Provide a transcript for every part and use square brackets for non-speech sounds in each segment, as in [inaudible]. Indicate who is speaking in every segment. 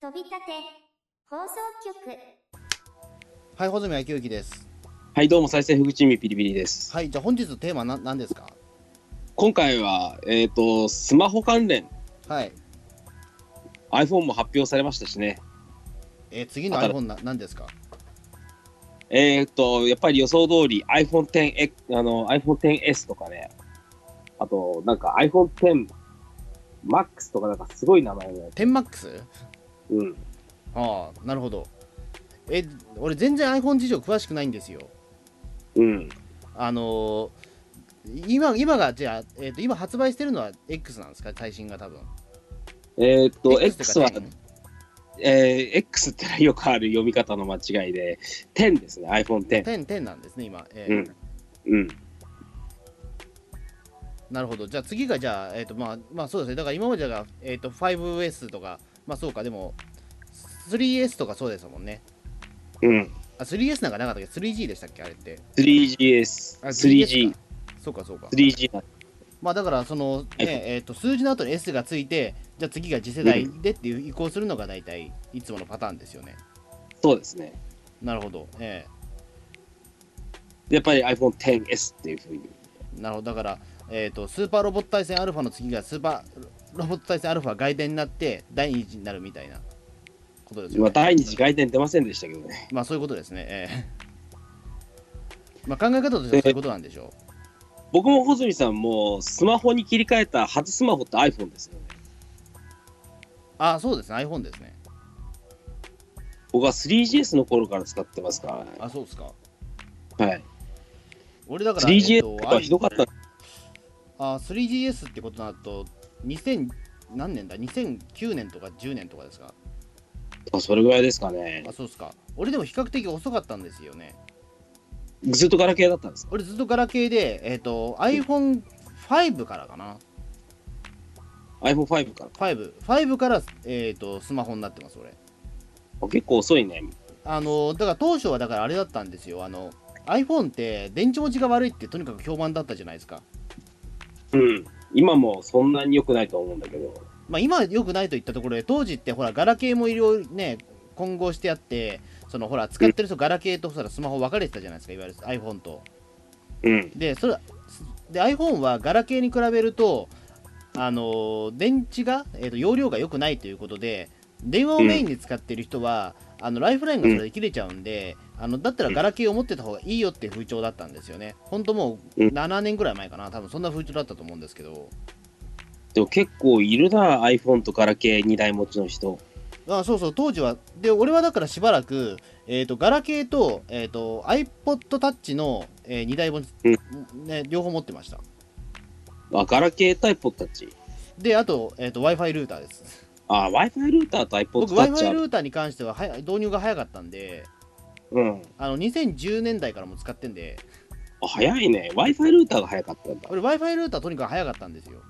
Speaker 1: 飛び立て放送局
Speaker 2: はい、穂積明之です。
Speaker 3: はい、どうも、再生福チームピリピリです。
Speaker 2: はい、じゃあ本日のテーマな何ですか
Speaker 3: 今回は、えっ、と、スマホ関連、
Speaker 2: はい。
Speaker 3: iPhone も発表されましたしね。
Speaker 2: えー次の
Speaker 3: わかる
Speaker 2: iPhone な何ですか
Speaker 3: えっ、と、やっぱり予想通り iPhone X、あの、iPhone XS とかね。あと、なんか iPhone X Max とか、なんかすごい名前のやつ
Speaker 2: ?10MAX?
Speaker 3: うん。
Speaker 2: ああ、なるほど。え、俺全然 iPhone 事情詳しくないんですよ。
Speaker 3: うん。
Speaker 2: あのー今、今が、じゃあ、えっ、と、今発売してるのは X なんですか最新が多分。
Speaker 3: えっ、と、
Speaker 2: って
Speaker 3: X
Speaker 2: いう
Speaker 3: は
Speaker 2: か、
Speaker 3: えー X ってのはよくある読み方の間違いで、10ですね、iPhone X。
Speaker 2: 10、10なんですね、今。え
Speaker 3: う
Speaker 2: ー
Speaker 3: ん。うん。
Speaker 2: なるほど。じゃあ次が、じゃあ、えっ、と、まあ、まあそうですね。だから今までが、えっ、と、5S とか、まあそうか、でも、3S とかそうですもんね。
Speaker 3: うん。
Speaker 2: あ、3S なんかなかったっけど、3G でしたっけあれって。
Speaker 3: 3GS、
Speaker 2: あ
Speaker 3: 3G
Speaker 2: か、そうかそうか
Speaker 3: 3G なん
Speaker 2: まあだからその、ね
Speaker 3: iPhone
Speaker 2: えー、と数字の後に S がついてじゃあ次が次世代でっていう移行するのが大体いつものパターンですよね
Speaker 3: そうですね。
Speaker 2: なるほどえ
Speaker 3: やっぱり iPhone XS っていうふうに。
Speaker 2: えなるほどだから、えー、とスーパーロボット対戦アルファの次がスーパーロボット対戦アルファ外伝になって第2次になるみたいなことですよね
Speaker 3: まあ、第二次外伝出ませんでしたけどね。
Speaker 2: まあそういうことですねええまあ考え方としてはそういうことなんでしょ
Speaker 3: 僕も穂積さんもスマホに切り替えた初スマホって iPhone ですよね。
Speaker 2: うああそうですね iPhone ですね
Speaker 3: 僕は 3GS の頃から使ってますか
Speaker 2: あそうですから
Speaker 3: ね。はい。
Speaker 2: 俺だから
Speaker 3: 3GS
Speaker 2: えー
Speaker 3: と
Speaker 2: と
Speaker 3: かひどかった。
Speaker 2: あー 3GS ってことだと2000何年だ2009年とか10年とかですか
Speaker 3: あそれぐらいですかね
Speaker 2: あ。そうっすか俺でも比較的遅かったんですよね
Speaker 3: ずっとガラケーだったんですか
Speaker 2: 俺ずっとガラケーでえっ、と iPhone5 からかな
Speaker 3: ?iPhone5 から。
Speaker 2: 55からえっ、とスマホになってます俺
Speaker 3: あ結構遅いね。
Speaker 2: あのだから当初はだからあれだったんですよあの iPhone って電池持ちが悪いってとにかく評判だったじゃないですか
Speaker 3: うん。今もそんなに良くないと思うんだけど。
Speaker 2: まあ、今は良くないといったところで当時ってほらガラケーもいろいろね混合してあってそのほら使ってる人ガラケーとほらスマホ分かれてたじゃないですかいわゆる iPhone と
Speaker 3: うん。
Speaker 2: でそれで iPhone はガラケーに比べるとあのー電池が、えーと容量が良くないということで電話をメインに使ってる人は、あのライフラインがそれで切れちゃうんで、あのだったらガラケーを持ってた方がいいよっていう風潮だったんですよねほんともう
Speaker 3: うん
Speaker 2: 7年ぐらい前かな多分そんな風潮だったと思うんですけど
Speaker 3: でも結構いるな、iPhone とガラケー2台持ちの人。
Speaker 2: あそうそう当時はで俺はだからしばらく、えー、とガラケーと,、えー、と iPodTouch の、え2台分、ね、両方持ってました
Speaker 3: あ、ガラケータイプたち。
Speaker 2: であと,、えー、と w i f i ルーターです
Speaker 3: あ、Wi-Fi ルーターと iPod
Speaker 2: 僕
Speaker 3: タ
Speaker 2: w i
Speaker 3: ッ
Speaker 2: f
Speaker 3: チ
Speaker 2: i
Speaker 3: あ
Speaker 2: ル
Speaker 3: る。
Speaker 2: ーターに関してははや導入が早かったんで
Speaker 3: うん。
Speaker 2: あの2010年代からも使ってんで
Speaker 3: あ早いね。Wi-Fi ルーターが早かったんだ。
Speaker 2: 俺 w i f i ルーターとにかく早かったんですよ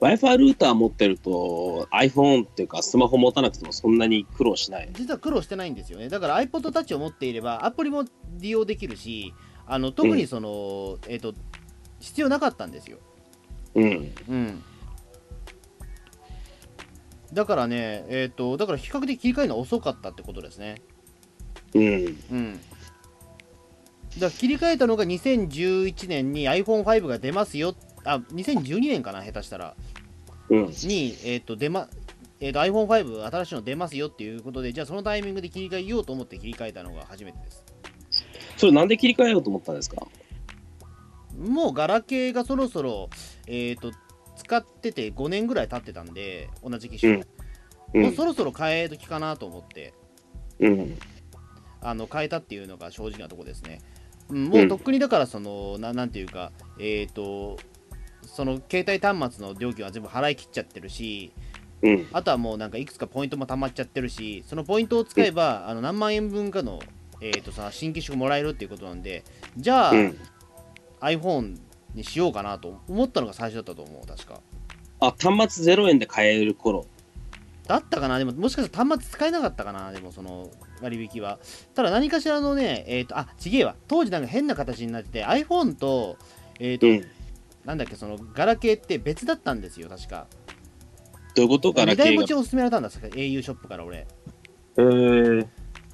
Speaker 3: Wi-Fi ルーター持ってると iPhone っていうかスマホ持たなくてもそんなに苦労しない。
Speaker 2: 実は苦労してないんですよねだから iPodTouch を持っていればアプリも利用できるしあの特にその、えー、と必要なかったんですよ
Speaker 3: うん。
Speaker 2: うん、だからね、えっとだから比較的切り替えるのは遅かったってことですね。
Speaker 3: うん。
Speaker 2: うん、だから切り替えたのが2011年に iPhone5 が出ますよ、あ2012年かな、下手したら、
Speaker 3: うん。
Speaker 2: に、えっと出まえっと iPhone5 新しいの出ますよっていうことで、じゃあそのタイミングで切り替えようと思って切り替えたのが初めてです。
Speaker 3: それなんで切り替えようと思ったんですか
Speaker 2: もうガラケーがそろそろ、えっと使ってて5年ぐらい経ってたんで、同じ機種。
Speaker 3: うんう。
Speaker 2: もうんそろそろ変え時かなと思って
Speaker 3: うん。
Speaker 2: あの変えたっていうのが正直なとこですね、うん、もうとっくにだからその、ななんていうかえっ、とその携帯端末の料金は全部払い切っちゃってるし
Speaker 3: うん。
Speaker 2: あとはもうなんかいくつかポイントも溜まっちゃってるしそのポイントを使えばあの何万円分かの、えー、とさ新機種もらえるっていうことなんでじゃあ、
Speaker 3: うん。
Speaker 2: iPhone にしようかなと思ったのが最初だったと思う確か
Speaker 3: あ、端末0円で買える頃。
Speaker 2: だったかなでも、もしかしたら端末使えなかったかなでも、その割引は。ただ、何かしらのね、えっ、と、あ、ちげえわ。当時なんか変な形になってて、iPhone と、えっ、と、
Speaker 3: うん。
Speaker 2: なんだっけ、その、ガラケーって別だったんですよ、確か。
Speaker 3: どういうことガラ
Speaker 2: 2
Speaker 3: ケ
Speaker 2: 台
Speaker 3: ー
Speaker 2: 持ち
Speaker 3: が。
Speaker 2: を勧められたんだ、au ショップから俺。
Speaker 3: えー、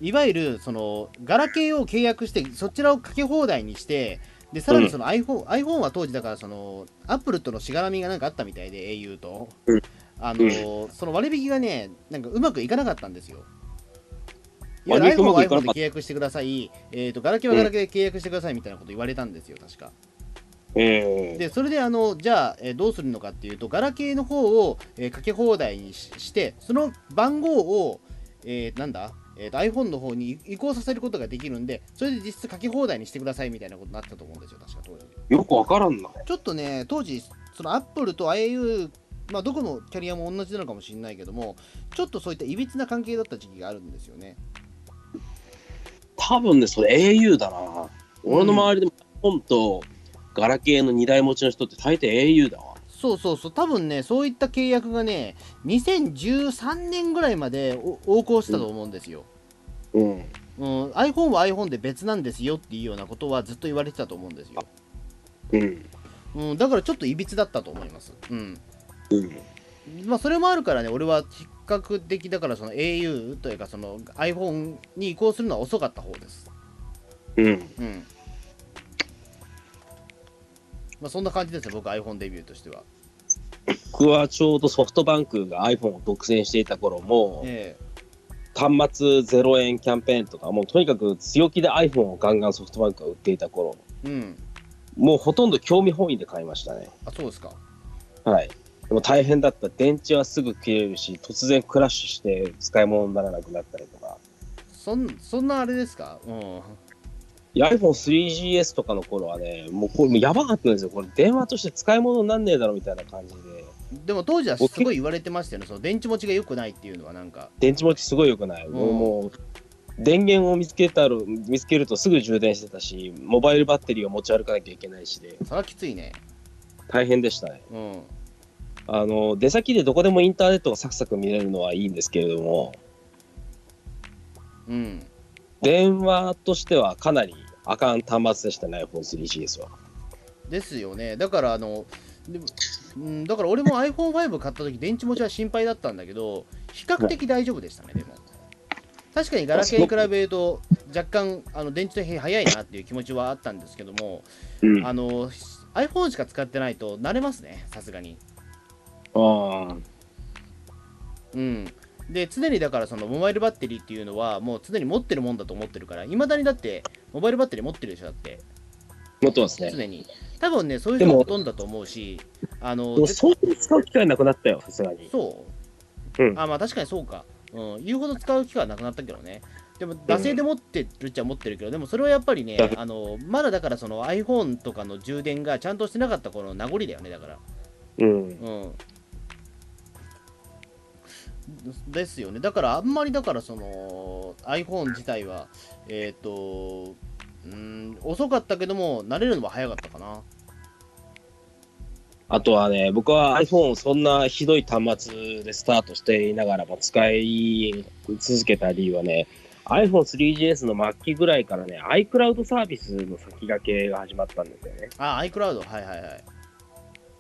Speaker 2: いわゆるそのガラケーを契約してそちらをかけ放題にしてでさらにその iPhone,、iPhone は当時だからそのアップルとのしがらみがなんかあったみたいで au と、
Speaker 3: うん
Speaker 2: あのその割引がねなんかうまくいかなかったんですよいわゆる
Speaker 3: 割引
Speaker 2: iPhone
Speaker 3: うまく
Speaker 2: はい
Speaker 3: かな
Speaker 2: iPhone
Speaker 3: かった
Speaker 2: で契約してください、えー、とガラケーはガラケーで契約してくださいみたいなこと言われたんですよ確か
Speaker 3: えー、
Speaker 2: でそれであのじゃあ、えーどうするのかっていうとガラケーの方を、えーかけ放題にししてその番号を、えーなんだ、えーと iPhone の方に移移行させることができるんでそれで実質かけ放題にしてくださいみたいなことになったと思うんですよ確か当時
Speaker 3: よくわからんな。
Speaker 2: ちょっとね当時その Apple と au まあどこのキャリアも同じなのかもしれないけどもちょっとそういったいびつな関係だった時期があるんですよね
Speaker 3: 多分ね、それ au だな。俺の周りでも、本とガラケーの2台持ちの人って大抵 au だわ。
Speaker 2: そうそうそう多分ねそういった契約がね2013年ぐらいまでお横行してたと思うんですよ、
Speaker 3: う
Speaker 2: う
Speaker 3: ん。
Speaker 2: ん、iPhone は iPhone で別なんですよっていうようなことはずっと言われてたと思うんですよ。
Speaker 3: うん。
Speaker 2: うん、だからちょっといびつだったと思います。うん。
Speaker 3: うん。
Speaker 2: まあ、それもあるからね、俺は比較的だからその au というかその iPhone に移行するのは遅かった方です。
Speaker 3: うん。
Speaker 2: うん。まあ、そんな感じですね、僕 iPhone デビューとしては。
Speaker 3: 僕はちょうどソフトバンクが iPhone を独占していた頃も、
Speaker 2: え
Speaker 3: 端末0円キャンペーンとか、もうとにかく強気で iPhone をガンガンソフトバンクが売っていた頃、
Speaker 2: えうん。
Speaker 3: もうほとんど興味本位で買いましたね。
Speaker 2: あ、そうですか。
Speaker 3: はい。でも大変だった。電池はすぐ切れるし、突然クラッシュして使い物にならなくなったりとか。
Speaker 2: そんそんなあれですかうん。
Speaker 3: いや iPhone3GS とかの頃はね、もうこれもうやばかったんですよ。これ電話として使い物になんねえだろみたいな感じで、
Speaker 2: でも当時はすごい言われてましたよね、その電池持ちが良くないっていうのはなんか。
Speaker 3: 電池持ちすごい良くない。もうもう電源を見つけたる見つけるとすぐ充電してたし、モバイルバッテリーを持ち歩かなきゃいけないしで、
Speaker 2: それはきついね。
Speaker 3: 大変でしたね。
Speaker 2: うん。
Speaker 3: あの出先でどこでもインターネットがサクサク見れるのはいいんですけれども、
Speaker 2: うん。
Speaker 3: 電話としてはかなりあかん端末でしたね、iPhone3GS は。
Speaker 2: ですよね。だから、あの、でもうん、だから俺も iPhone5 買った時電池持ちは心配だったんだけど、比較的大丈夫でしたね、でも。確かにガラケーに比べると、若干あの電池の変早いなっていう気持ちはあったんですけども、
Speaker 3: うん
Speaker 2: あの iPhone しか使ってないと慣れますね、さすがに。
Speaker 3: あ
Speaker 2: うん。で、常にだから、そのモバイルバッテリーっていうのは、もう常に持ってるもんだと思ってるから、いまだにだって、モバイルバッテリー持ってるでしょ、だって。
Speaker 3: 持ってますね。
Speaker 2: 常に。多分ね、そういう人が
Speaker 3: でも
Speaker 2: ほとんどだと思うし、あの
Speaker 3: でもそういう使う機会なくなったよ、さすがに。
Speaker 2: そう、
Speaker 3: うん
Speaker 2: あまあ確かにそうか、うん、言うほど使う機会はなくなったけどねでも惰性で持ってるっちゃ持ってるけどでもそれはやっぱりね
Speaker 3: だ
Speaker 2: あのまだだからその iPhone とかの充電がちゃんとしてなかった頃の名残だよねだから
Speaker 3: う
Speaker 2: う
Speaker 3: ん。
Speaker 2: んですよねだからあんまりだからその iPhone 自体はえっ、とうん遅かったけども慣れるのは早かったかな
Speaker 3: あとはね、僕は iPhone をそんなひどい端末でスタートしていながらも使い続けた理由はね、iPhone3GS の末期ぐらいからね、iCloud サービスの先駆けが始まったんですよね。
Speaker 2: あ iCloud はいはいはい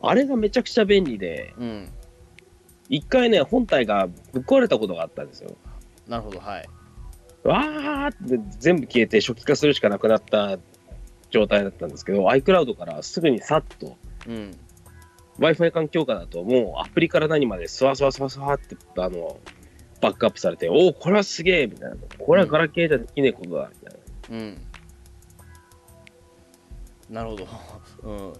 Speaker 3: あれがめちゃくちゃ便利で、
Speaker 2: うん
Speaker 3: 一回ね、本体がぶっ壊れたことがあったんですよ。
Speaker 2: なるほどはい
Speaker 3: わーって全部消えて初期化するしかなくなった状態だったんですけど、iCloud からすぐにさっと
Speaker 2: うん
Speaker 3: Wi-Fi 環境下だともうアプリから何までスワスワスワスワってあのバックアップされて、おお、これはすげえみたいな。これはガラケーじゃできねえことだみたいな。
Speaker 2: うん。なるほど。 [laughs] うん。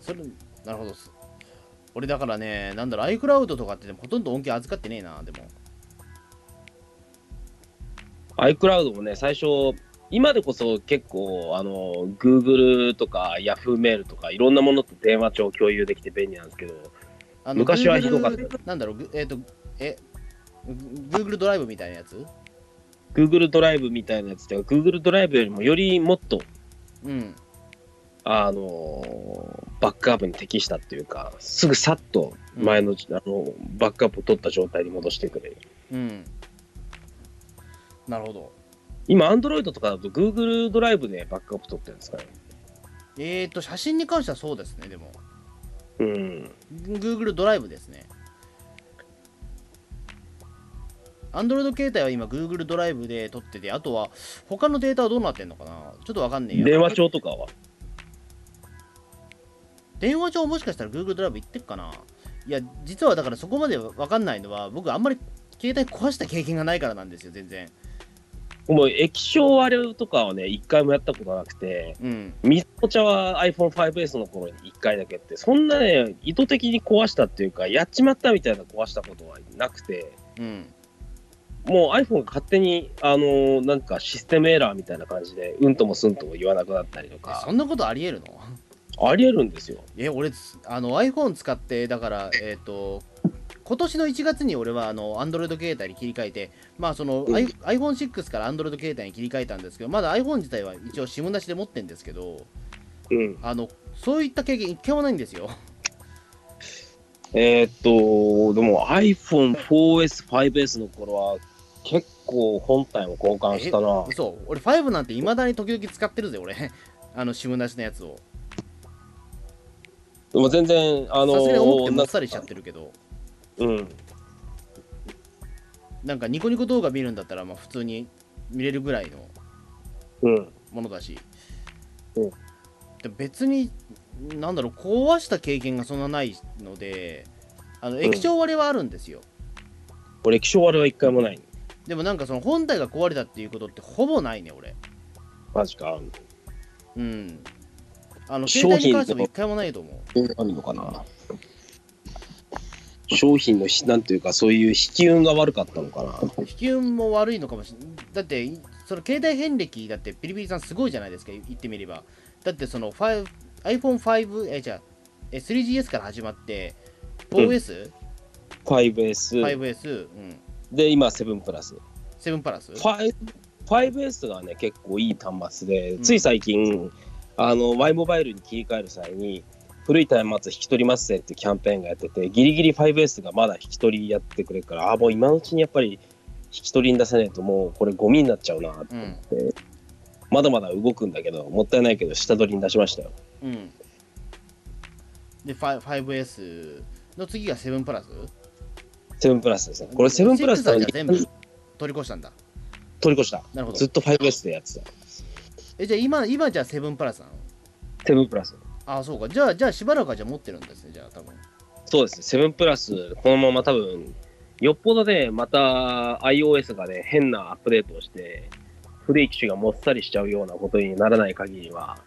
Speaker 2: それ、なるほどっす。俺だからね、なんだろう、iCloud とかってでもほとんど恩恵預かってねえな、でも。
Speaker 3: iCloud もね、最初、今でこそ結構、あの、Google とか Yahoo メールとかいろんなものと電話帳共有できて便利なんですけど、
Speaker 2: あ
Speaker 3: 昔はひどかった
Speaker 2: Google なんだろう、ぐえっ、と、え、ぐ Google ドライブみたいなやつ
Speaker 3: Google ドライブみたいなやつとか、Google ドライブよりもよりもっと、
Speaker 2: うん。
Speaker 3: あの、バックアップに適したっていうか、すぐさっと前の,、あのバックアップを取った状態に戻してくれる。
Speaker 2: うん。なるほど。
Speaker 3: 今、Android とかだと Google ドライブでバックアップ取ってるんですかね。
Speaker 2: えっ、と、写真に関してはそうですね、でも。
Speaker 3: うん。
Speaker 2: Google ドライブですね。 Android 携帯は今 Google ドライブで撮ってて、あとは他のデータはどうなってんのかなちょっとわかんねえや。
Speaker 3: 電話帳とかは
Speaker 2: 電話帳もしかしたら Google ドライブ行ってっかないや、実はだからそこまでわかんないのは、僕あんまり携帯壊した経験がないからなんですよ、全然。
Speaker 3: もう液晶あれとかはね、一回もやったことなくて、
Speaker 2: うん。
Speaker 3: 水子ちゃんは iPhone5S の頃に一回だけやって、そんなね、意図的に壊したっていうか、やっちまったみたいな壊したことはなくて、
Speaker 2: うん。
Speaker 3: もう iPhone が勝手に、あのーなんかシステムエラーみたいな感じで、うんともすんとも言わなくなったりと
Speaker 2: え
Speaker 3: か
Speaker 2: そ、んなことありえるの
Speaker 3: ありえるんですよ。
Speaker 2: え、俺、あの iPhone 使って、だから、えっ、と、今年の1月に俺はあの Android 携帯に切り替えて、まあその、
Speaker 3: うん
Speaker 2: i- iPhone6 から Android 携帯に切り替えたんですけど、まだ iPhone 自体は一応 SIM なしで持ってんですけど、
Speaker 3: うん。
Speaker 2: あの、そういった経験一回もないんですよ。
Speaker 3: えーっと、でも iPhone4S、5S の頃は、結構本体も交換したな。
Speaker 2: 嘘俺5なんていまだに時々使ってるぜ、俺。あの、シムなしのやつを。
Speaker 3: でも全然、あ
Speaker 2: さ
Speaker 3: の
Speaker 2: すがに重くて
Speaker 3: ー、
Speaker 2: も
Speaker 3: な
Speaker 2: っさりしちゃってるけど、
Speaker 3: うん。
Speaker 2: なんかニコニコ動画見るんだったら、まあ普通に見れるぐらいの
Speaker 3: うん。
Speaker 2: ものだし。
Speaker 3: うん
Speaker 2: で別に、なんだろう、壊した経験がそんなないので、あの
Speaker 3: ん
Speaker 2: 液晶割れはあるんですよ。
Speaker 3: 俺、液晶割れは一回もない。
Speaker 2: でもなんかその本体が壊れたっていうことってほぼないね、俺。
Speaker 3: マジか。
Speaker 2: うん。あの、携
Speaker 3: 商
Speaker 2: 帯
Speaker 3: 品
Speaker 2: に関しても一回もないと思う。
Speaker 3: あるのかな。商品のひ、なんていうか、そういう引き運が悪かったのかな。
Speaker 2: 引き運も悪いのかもしれない。だって、いその携帯遍歴だってピリピリさんすごいじゃないですか、い言ってみれば。だってその 5- iPhone5、え、じゃあ、え 3GS から始まって、4S、
Speaker 3: 5S。
Speaker 2: 5S、うん、
Speaker 3: で、今、7プラス。
Speaker 2: 7プラス。
Speaker 3: 5 5S がね、結構いい端末で
Speaker 2: う、ん
Speaker 3: つい最近、あの、Y モバイルに切り替える際に、古い端末引き取りますぜってキャンペーンがやってて、ギリギリ 5S がまだ引き取りやってくれるから、あ、もう今のうちにやっぱり引き取りに出さないと、もうこれゴミになっちゃうなって思って、まだまだ動くんだけど、もったいないけど、下取りに出しましたよ。
Speaker 2: うん。で、5- 5S の次が7プラス。
Speaker 3: 7プラスですね。これ7プラス
Speaker 2: だ
Speaker 3: だ
Speaker 2: じ
Speaker 3: ね
Speaker 2: ゃあ全部取り越したんだ。
Speaker 3: 取り越した。
Speaker 2: なるほど
Speaker 3: ずっ。と 5S でやってた。
Speaker 2: え、じゃあ今、今じゃあ7プラスなの
Speaker 3: 7プラス。
Speaker 2: ああ、そうか。じゃあ、じゃあしばらくはじゃあ持ってるんですね、じゃあ多分。
Speaker 3: そうですね、7プラス、このまま多分、よっぽどね、また iOS がね、変なアップデートをして、古い機種がもっさりしちゃうようなことにならない限りは、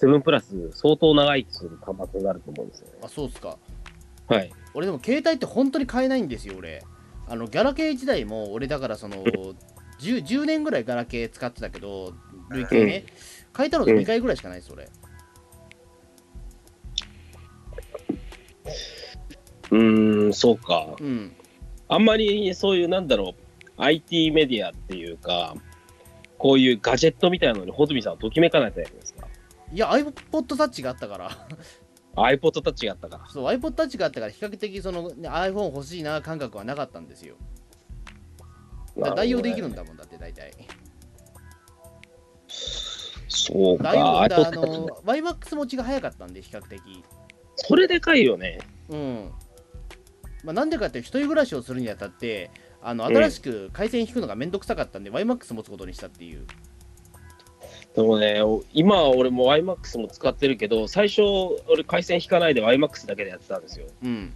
Speaker 3: 7プラス、相当長生きする端末になると思うんですよね。
Speaker 2: あ、そうっすか。
Speaker 3: はい。
Speaker 2: 俺でも携帯って本当に買えないんですよ俺あのガラケー時代も俺だからその 10, 10年ぐらいガラケー使ってたけど累計ね、変えたのって2回ぐらいしかないです俺
Speaker 3: うーん、そうか。
Speaker 2: うん
Speaker 3: あんまりそういう、なんだろう、IT メディアっていうか、こういうガジェットみたいなのに、穂積さんはときめかないタイプですか
Speaker 2: いや iPod タッチがあったから
Speaker 3: iPod たちがあったから。
Speaker 2: そう iPod タッチがあったから比較的その、ね、iPhone 欲しいな感覚はなかったんですよだから代用できるん
Speaker 3: だ。
Speaker 2: だもんだって大体
Speaker 3: そうか。
Speaker 2: 代用だ
Speaker 3: iPod
Speaker 2: あ
Speaker 3: touch
Speaker 2: の YMAX 持ちが早かったんで比較的
Speaker 3: それでかいよね。
Speaker 2: うんまあ、なんでかって一人暮らしをするにあたってあの新しく回線引くのがめんどくさかったんで、YMAX 持つことにしたっていう
Speaker 3: でもね、お今は俺も iMAX も使ってるけど、最初、俺、回線引かないで iMAX だけでやってたんですよ。
Speaker 2: うん。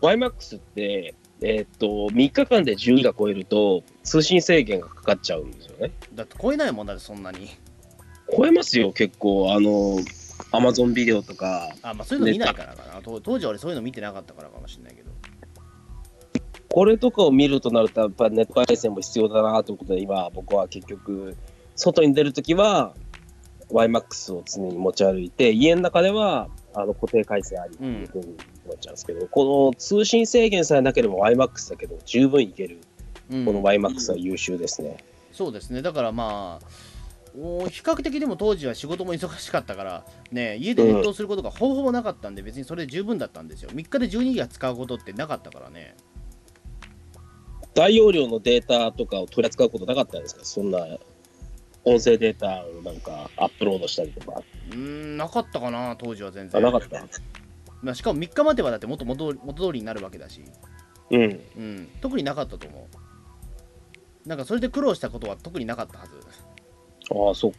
Speaker 3: iMAX って、えーっと、3日間で10が超えると、通信制限がかかっちゃうんですよね。
Speaker 2: だって超えないもんだってそんなに。
Speaker 3: 超えますよ、結構。あの、Amazon ビデオとか、
Speaker 2: あ、まあそういうの見ないからかな。当当時は俺そういうの見てなかったからかもしれないけど。
Speaker 3: これとかを見るとなると、やっぱネット回線も必要だなということで、今、僕は結局、外に出るときは、YMAX を常に持ち歩いて、家の中では、あの固定回線ありっていうふうになっちゃうんですけど、この通信制限さえなければ YMAX だけど、十分いける、
Speaker 2: うん、
Speaker 3: この YMAX は優秀ですね。
Speaker 2: そうですね。だからまあ、お比較的でも当時は仕事も忙しかったから、ね、家でネットをすることがほぼほぼなかったんで、別にそれで十分だったんですよ。3日で12ギガ使うことってなかったからね。
Speaker 3: 大容量のデータとかを取り扱うことなかったんですか、そんな音声データをなんかアップロードしたりとか、
Speaker 2: うーん、なかったかな、当時は全
Speaker 3: あ
Speaker 2: 然。
Speaker 3: なかった。
Speaker 2: まあ、しかも3日まではだってもっと元通り元通りになるわけだし、
Speaker 3: うん
Speaker 2: うん、特になかったと思う。なんかそれで苦労したことは特になかったはず
Speaker 3: ああ、そっか。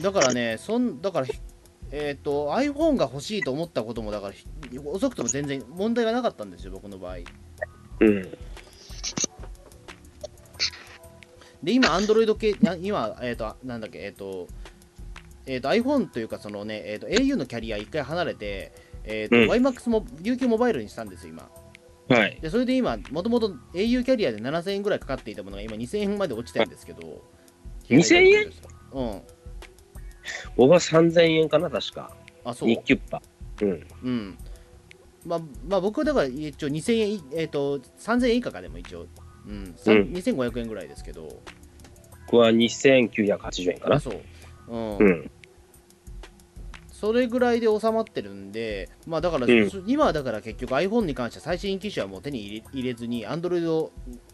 Speaker 2: だからね、そんだからひ、えっと iPhone が欲しいと思ったことも、だからひ遅くとも全然問題がなかったんですよ、僕の場合。
Speaker 3: うん。
Speaker 2: で、今、Android 系、な今、えっ、と、なんだっけ、えっ、と、えっ、と、iPhone というか、そのね、えっ、と、au のキャリア一回離れて、えっ、と、
Speaker 3: うん
Speaker 2: YMAX も UQ モバイルにしたんですよ、今。
Speaker 3: はい。
Speaker 2: で、それで今、もともと au キャリアで7000円ぐらいかかっていたものが、今2000円まで落ちたんですけど。
Speaker 3: 2000円
Speaker 2: うん。
Speaker 3: 僕は3000円かな、確か。
Speaker 2: あ、そう
Speaker 3: 日。キュッパ。うん。
Speaker 2: うん。まあ、まあ、僕はだから一応2000円い、えっ、と、3000円以下かでも一応、うん、さん
Speaker 3: うん
Speaker 2: 2500円ぐらいですけど、
Speaker 3: 僕は2980円か
Speaker 2: あ
Speaker 3: な。
Speaker 2: そう。う。
Speaker 3: うんん。
Speaker 2: それぐらいで収まってるんで、まあだから、
Speaker 3: うん
Speaker 2: そ今はだから結局 iPhone に関しては最新機種はもう手に入れ入れずに、Android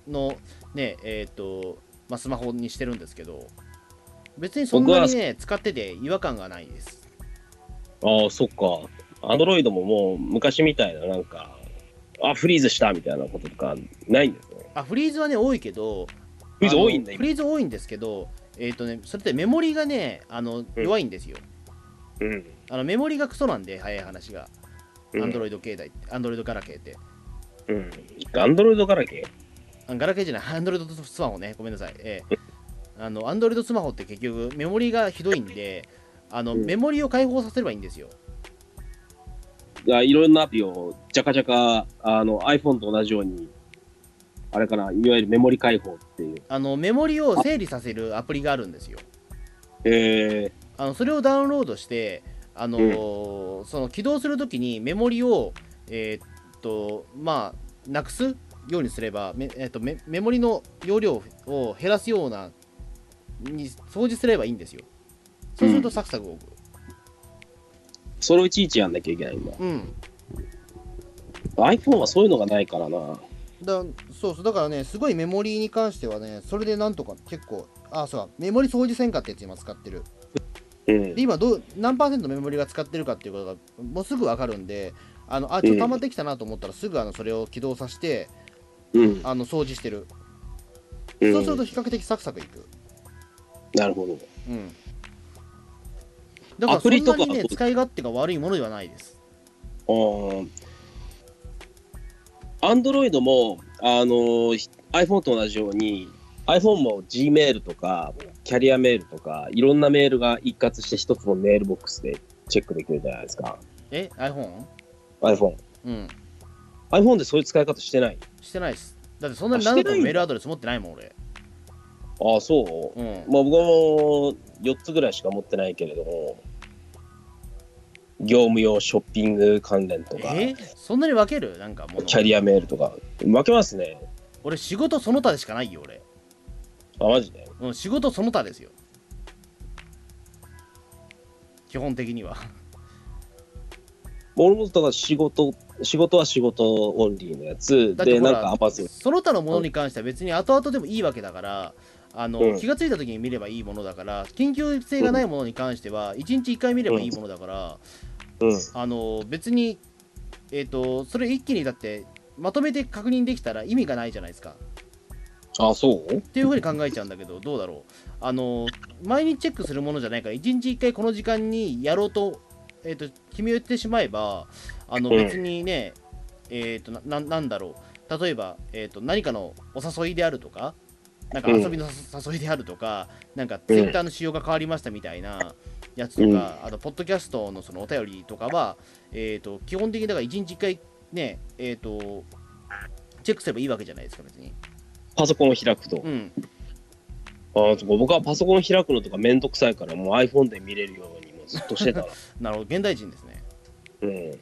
Speaker 2: のね、えっ、と、まあスマホにしてるんですけど、別にそんなにね、使ってて違和感がないです。
Speaker 3: ああ、そっか。アンドロイドももう昔みたいな、なんか、あ、フリーズしたみたいなこととかないんですね。
Speaker 2: あ、フリーズはね、多いけど、
Speaker 3: フリーズ
Speaker 2: あの
Speaker 3: 多いんだ、
Speaker 2: フ
Speaker 3: 今。
Speaker 2: リーズ多いんですけど、えっ、とね、それってメモリがね、あの
Speaker 3: うん
Speaker 2: 弱いんですよ。
Speaker 3: うん。
Speaker 2: あのメモリがクソなんで、早い話が。
Speaker 3: うん
Speaker 2: アンドロイド携帯って、アンドロイドガラケーって。
Speaker 3: うん。アンドロイドガラケ
Speaker 2: あガラケーじゃない、アンドロイドスマホね、ごめんなさい。ええあの、アンドロイドスマホって結局、メモリがひどいんで、あの、
Speaker 3: うん
Speaker 2: メモリを解放させればいいんですよ。
Speaker 3: がいろんなアプリを、じゃかじゃか、あの、iPhone と同じように、あれかな、いわゆるメモリ解放っていう。
Speaker 2: あの、メモリを整理させるアプリがあるんですよ。
Speaker 3: へえ
Speaker 2: あのそれをダウンロードして、あのーその起動するときにメモリを、えーっとまあ、なくすようにすればめ、えーっとメ、メモリの容量を減らすようなに掃除すればいいんですよ。そうするとサクサク動く。
Speaker 3: それをいちいちやんなきゃいけないんだ。
Speaker 2: うん、
Speaker 3: iPhone はそういうのがないからな。
Speaker 2: だそうそうだからね、すごいメモリに関してはね、それでなんとか結構、あ、そうメモリ掃除せんかってやつ今使ってる。
Speaker 3: う
Speaker 2: で。
Speaker 3: ん
Speaker 2: 今どう何パーセントメモリが使ってるかっていうことがもうすぐ分かるんであのあちょっと溜まってきたなと思ったらすぐあのそれを起動させて
Speaker 3: うん。
Speaker 2: あの掃除してる、
Speaker 3: うん
Speaker 2: そうすると比較的サクサクいく、
Speaker 3: なるほど。
Speaker 2: うん、だから
Speaker 3: ア
Speaker 2: そ
Speaker 3: プ
Speaker 2: ん
Speaker 3: リ
Speaker 2: な
Speaker 3: とかは
Speaker 2: にね使い勝手が悪いものではないです
Speaker 3: アンドロイドも、あの、ひ iPhone と同じように、iPhone も Gmail とか、キャリアメールとか、いろんなメールが一括して一つのメールボックスでチェックできるじゃないですか。
Speaker 2: え iPhone?
Speaker 3: iPhone。
Speaker 2: うん
Speaker 3: iPhone でそういう使い方してない。
Speaker 2: してないですだってそんなに
Speaker 3: あし
Speaker 2: 何
Speaker 3: てな
Speaker 2: 個
Speaker 3: い
Speaker 2: もメールアドレス持ってないもん俺
Speaker 3: ああ、そうう。
Speaker 2: ん
Speaker 3: まあ僕も4つぐらいしか持ってないけれども、業務用ショッピング関連とか、
Speaker 2: えそんなに分けるなんかもの
Speaker 3: キャリアメールとか、分けますね。
Speaker 2: 俺仕事その他でしかないよ俺、
Speaker 3: あ、マジで。
Speaker 2: うん、仕事その他ですよ基本的には
Speaker 3: 俺もだから仕事、仕事は仕事オンリーのやつ
Speaker 2: だって
Speaker 3: で、
Speaker 2: ほ
Speaker 3: なん
Speaker 2: ら
Speaker 3: かアマゾン。
Speaker 2: その他のものに関しては別に後々でもいいわけだからあの、
Speaker 3: うん
Speaker 2: 気がついた時に見ればいいものだから緊急性がないものに関しては1日1回見ればいいものだから、
Speaker 3: うん。
Speaker 2: あの別に、えー、とそれ一気にだってまとめて確認できたら意味がないじゃないですか
Speaker 3: あ、そう
Speaker 2: っていうふうに考えちゃうんだけどどうだろうあの毎日チェックするものじゃないから1日1回この時間にやろうと,、えー、と決めてしまえばあの
Speaker 3: うん
Speaker 2: 別にね、えっ、となななんだろう例えば、えー、と何かのお誘いであるとかなんか
Speaker 3: うん
Speaker 2: 遊びのさ誘いであるとか、なんかツイッターの仕様が変わりましたみたいなやつとか、あとポッドキャストのそのお便りとかは、えー、と基本的にだから1日1回ねえっ、とチェックすればいいわけじゃないですか別に、
Speaker 3: パソコンを開くと
Speaker 2: う。ん、
Speaker 3: あそう僕はパソコンを開くのとかめんどくさいから、もう iPhone で見れるようにもうずっとしてたな。
Speaker 2: なるほど現代人ですね
Speaker 3: [laughs]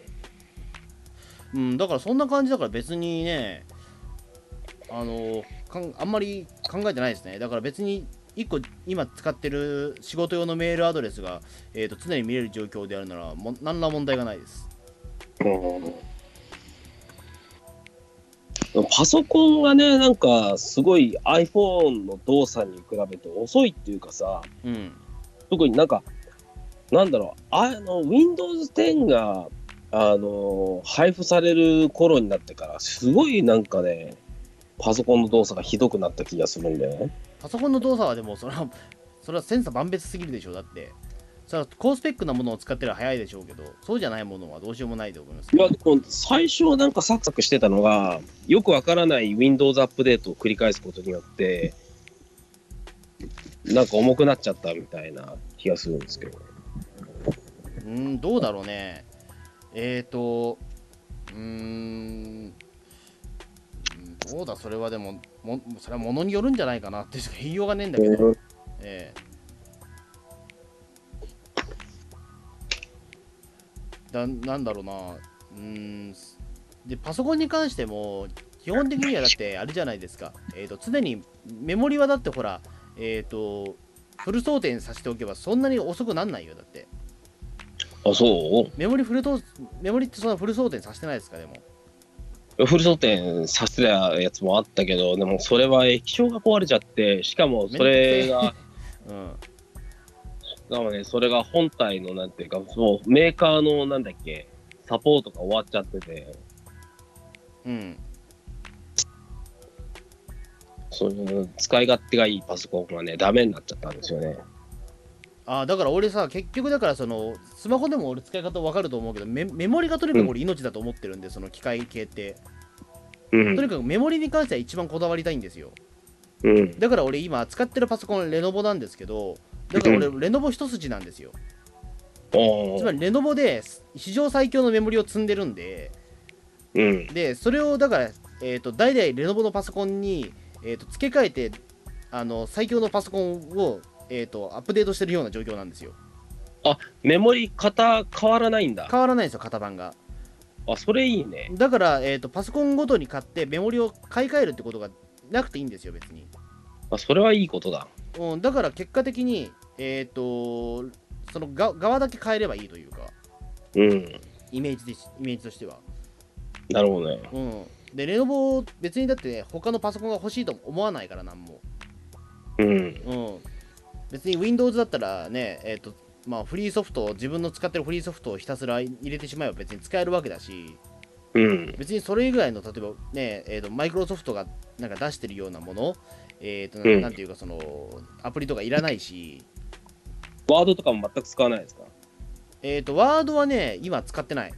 Speaker 3: うん。
Speaker 2: うん、だからそんな感じだから別にね、あのかんあんまり考えてないですね。だから別に1個今使ってる仕事用のメールアドレスが、えー、と常に見れる状況であるならも何ら問題がないです。
Speaker 3: うん。パソコンがね、なんかすごい iPhone の動作に比べて遅いっていうかさ、
Speaker 2: うん、
Speaker 3: 特になんか、なんだろう、あの、Windows 10が、あの、配布される頃になってから、すごいなんかね、パソコンの動作がひどくなった気がするんだよね。
Speaker 2: パソコンの動作はでもそれは [laughs] それはセンサー万別すぎるでしょうだってそれは高スペックなものを使ってるは早いでしょうけどそうじゃないものはどうしようもないと思います
Speaker 3: いや、でも最初はなんかサクサクしてたのが、よくわからない Windows アップデートを繰り返すことによって、なんか重くなっちゃったみたいな気がするんですけど。
Speaker 2: うーんどうだろうねえーとうーんうんどうだそれはでももそれはものによるんじゃないかなってしか言いようがねえんだけど、ええだなんだろうなうーんでパソコンに関しても基本的にはだってあれじゃないですか、えー、と常にメモリはだってほらえっ、とフル装填させておけばそんなに遅くなんないよだって
Speaker 3: あ、そ
Speaker 2: メモリフルとメモリってそんなフル装填させてないですかでも
Speaker 3: うフル装填させてたやつもあったけど、でもそれは液晶が壊れちゃって、しかもそれが、
Speaker 2: うん
Speaker 3: しかもね、それが本体のなんていうか、もうメーカーのなんだっけ、サポートが終わっちゃってて、
Speaker 2: うん
Speaker 3: そういう使い勝手がいいパソコンがね、ダメになっちゃったんですよね。
Speaker 2: あーだから俺さ結局だからそのスマホでも俺使い方わかると思うけどメメモリがとにかく俺命だと思ってるんで、その機械系って
Speaker 3: う
Speaker 2: と
Speaker 3: ん。
Speaker 2: にかくメモリに関しては一番こだわりたいんですよ
Speaker 3: うん。
Speaker 2: だから俺今使ってるパソコンレノボなんですけどだから俺レノボ一筋なんですよ
Speaker 3: お
Speaker 2: つま
Speaker 3: ー
Speaker 2: りレノボで史上最強のメモリを積んでるんで
Speaker 3: うん。
Speaker 2: でそれをだから、えー、と代々レノボのパソコンに、えー、と付け替えてあの最強のパソコンを、えー、とアップデートしてるような状況なんですよ
Speaker 3: メモリ型変わらないんだ。
Speaker 2: 変わらないんですよ型番が
Speaker 3: あ、それいいね。
Speaker 2: だから、えー、とパソコンごとに買ってメモリを買い替えるってことがなくていいんですよ別に、
Speaker 3: あ、それはいいことだ。
Speaker 2: うん、だから結果的にえっ、とそのが側だけ変えればいいというか
Speaker 3: うん。
Speaker 2: イメージでしイメージとしては
Speaker 3: なるほどね。
Speaker 2: うんでレノボ別にだって、ね、他のパソコンが欲しいとも思わないからなんも
Speaker 3: うん。
Speaker 2: うん、別に Windows だったらね、えーとまあ、フリーソフトを自分の使ってるフリーソフトをひたすら入れてしまえば別に使えるわけだし
Speaker 3: うん。
Speaker 2: 別にそれ以外の例えばねえーとマイクロソフトがなんか出してるようなものえーと
Speaker 3: うん
Speaker 2: なんていうかそのアプリとかいらないし、
Speaker 3: ワードとかも全く使わないですか
Speaker 2: えー、とワードはね今使ってない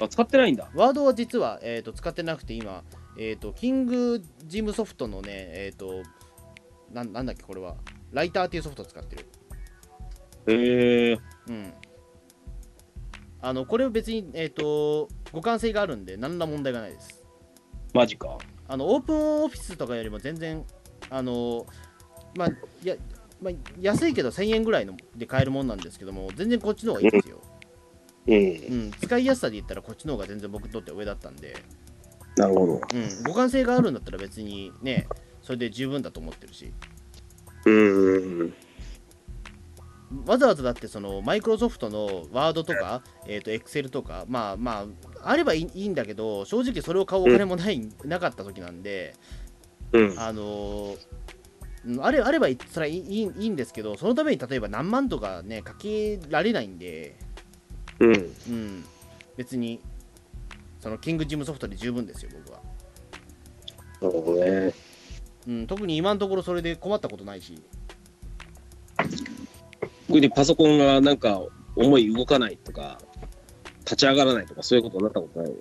Speaker 3: あ、使ってないんだ。
Speaker 2: ワードは実は、えー、と使ってなくて今、えー、とキングジムソフトのねえー、となんなんだっけこれはライターっていうソフトを使ってる
Speaker 3: へえ。
Speaker 2: うん。あの、これは別に、えっ、と、互換性があるんで、何ら問題がないです。
Speaker 3: マジか。
Speaker 2: あの、オープンオフィスとかよりも全然、あの、まあ、や、まあ、安いけど1000円ぐらいので買えるもんなんですけども、全然こっちの方がいいですよ。
Speaker 3: うん。
Speaker 2: うん、使いやすさで言ったらこっちの方が全然僕にとって上だったんで、
Speaker 3: なるほど。
Speaker 2: うん、互換性があるんだったら別にね、それで十分だと思ってるし、
Speaker 3: うん。
Speaker 2: わざわざだってそのマイクロソフトのワードとか、えっ、と、エクセルとか、まあまあ、あればいいいいんだけど、正直それを買うお金もない、なかった時なんで、
Speaker 3: うん。
Speaker 2: あのーうんあれあればいそれはいいいいいいんですけど、そのために例えば何万とかね、かけられないんで、
Speaker 3: うん。
Speaker 2: うん、別に、そのキングジムソフトで十分ですよ、僕は。
Speaker 3: なるほどね。
Speaker 2: うん、特に今のところそれで困ったことないし、
Speaker 3: 特にパソコンがなんか重い動かないとか、立ち上がらないとか、そういうことになったことない。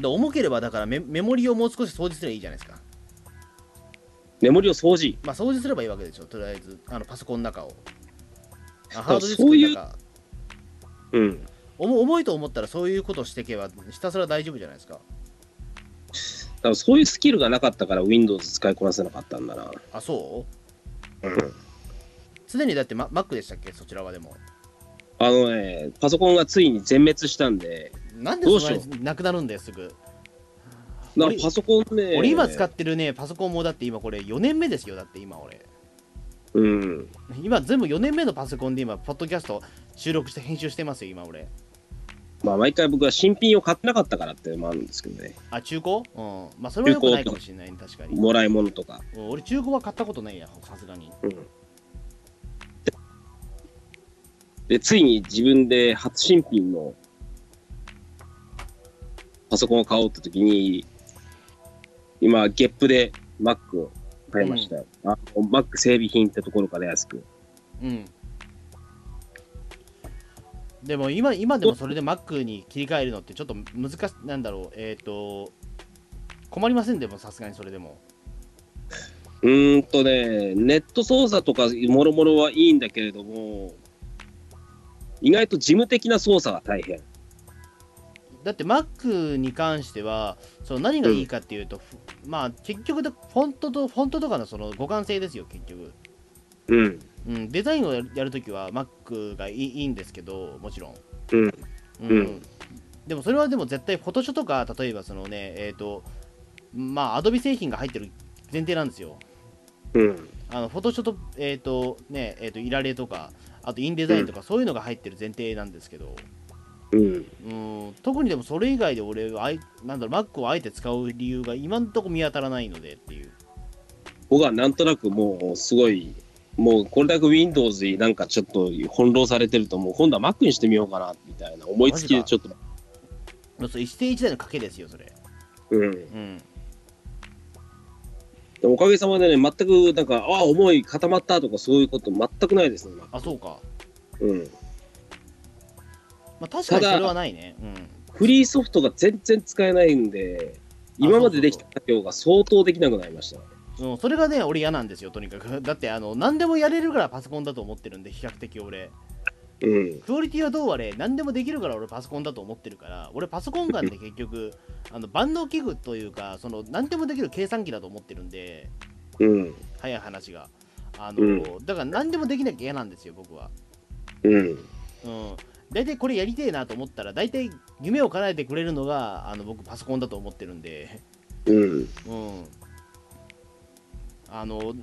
Speaker 2: で重ければだからメメモリをもう少し掃除すればいいじゃないですか。
Speaker 3: メモリを掃除。
Speaker 2: まあ掃除すればいいわけでしょ、とりあえず、あのパソコンの中
Speaker 3: [laughs]
Speaker 2: を。あハー
Speaker 3: から
Speaker 2: ドディスク
Speaker 3: そうい
Speaker 2: の
Speaker 3: う
Speaker 2: 中
Speaker 3: うん。
Speaker 2: 重重いと思ったらそういうことしていけばひたすら大丈夫じゃないですか。
Speaker 3: 多分そういうスキルがなかったから Windows 使いこなせなかったんだな。
Speaker 2: あ、そう
Speaker 3: うん。
Speaker 2: すでにだって、ま、Mac でしたっけ、そちらはでも。
Speaker 3: あのね、パソコンがついに全滅したんで、
Speaker 2: なんでそん
Speaker 3: ど
Speaker 2: な
Speaker 3: うし
Speaker 2: になくなるんだよ、すぐ。
Speaker 3: なんかパソコンね、
Speaker 2: 俺今使ってるね、パソコンもだって今これ4年目ですよ、だって今俺。
Speaker 3: うん。
Speaker 2: 今全部4年目のパソコンで今、ポッドキャスト収録して編集してますよ、今俺。
Speaker 3: まあ、毎回僕は新品を買ってなかったからっていうのもあるんですけどね。
Speaker 2: あ、中古うん。まあそれは良くないかもしれないね、確かに。うん
Speaker 3: もらい物とか。
Speaker 2: 俺中古は買ったことないや、さすがに。
Speaker 3: うん。で、ついに自分で初新品のパソコンを買おうって時に、今、ゲップで Mac を買いましたよ。あの Mac 整備品ってところから安く。
Speaker 2: うん。でも今今でもそれで Mac に切り替えるのってちょっと難しなんだろう、えっ、と、困りませんでも、さすがにそれでも。
Speaker 3: うーんとね、ネット操作とかもろもろはいいんだけれども、意外と事務的な操作が大変。
Speaker 2: だって Mac に関しては、その何がいいかっていうと、ふまあ結局だ、フォントと、フォントとかのその互換性ですよ、結局。
Speaker 3: うん。
Speaker 2: うん、デザインをやるやるときは Mac がいいいいんですけど、もちろん。
Speaker 3: うん
Speaker 2: うん
Speaker 3: うん
Speaker 2: でもそれはでも絶対、フォトショーとか、例えばそのね、えっ、と、まあ、Adobe 製品が入ってる前提なんですよ。
Speaker 3: うん。
Speaker 2: あのフォトショーと、えっ、と、ね、えっ、と、イラレとか、あとインデザインとか、そういうのが入ってる前提なんですけど、
Speaker 3: うん。
Speaker 2: うん、特にでもそれ以外で俺はあい、なんだろう、Mac をあえて使う理由が今んとこ見当たらないのでっていう。
Speaker 3: 僕はなんとなくもうすごい、もうこれだけ Windows になんかちょっと翻弄されてると、もう今度は Mac にしてみようかなみたいな思いつきでちょっと、
Speaker 2: そう一世一代の賭けですよ、それ。
Speaker 3: うん。
Speaker 2: うん。
Speaker 3: でもおかげさまでね、全くなんか、ああ、重い固まったとかそういうこと全くないですね、今
Speaker 2: あ、そうか。
Speaker 3: うん。
Speaker 2: まあ、確かにそれはないね。うん。
Speaker 3: フリーソフトが全然使えないんで、今までできた作業が相当できなくなりました。
Speaker 2: うん、それがね、俺嫌なんですよ、とにかく。だって、あの、何でもやれるからパソコンだと思ってるんで、比較的俺。
Speaker 3: うん。
Speaker 2: クオリティはどうあれ、何でもできるから俺パソコンだと思ってるから、俺パソコン間って結局、 [laughs] あの万能器具というか、その、何でもできる計算機だと思ってるんで、
Speaker 3: うん。
Speaker 2: 早い話が。あの、だから何でもできなきゃ嫌なんですよ、僕は。
Speaker 3: うん。
Speaker 2: うん。大体これやりてえなと思ったら、大体夢を叶えてくれるのが、あの、僕パソコンだと思ってるんで。
Speaker 3: うん。
Speaker 2: うん、あの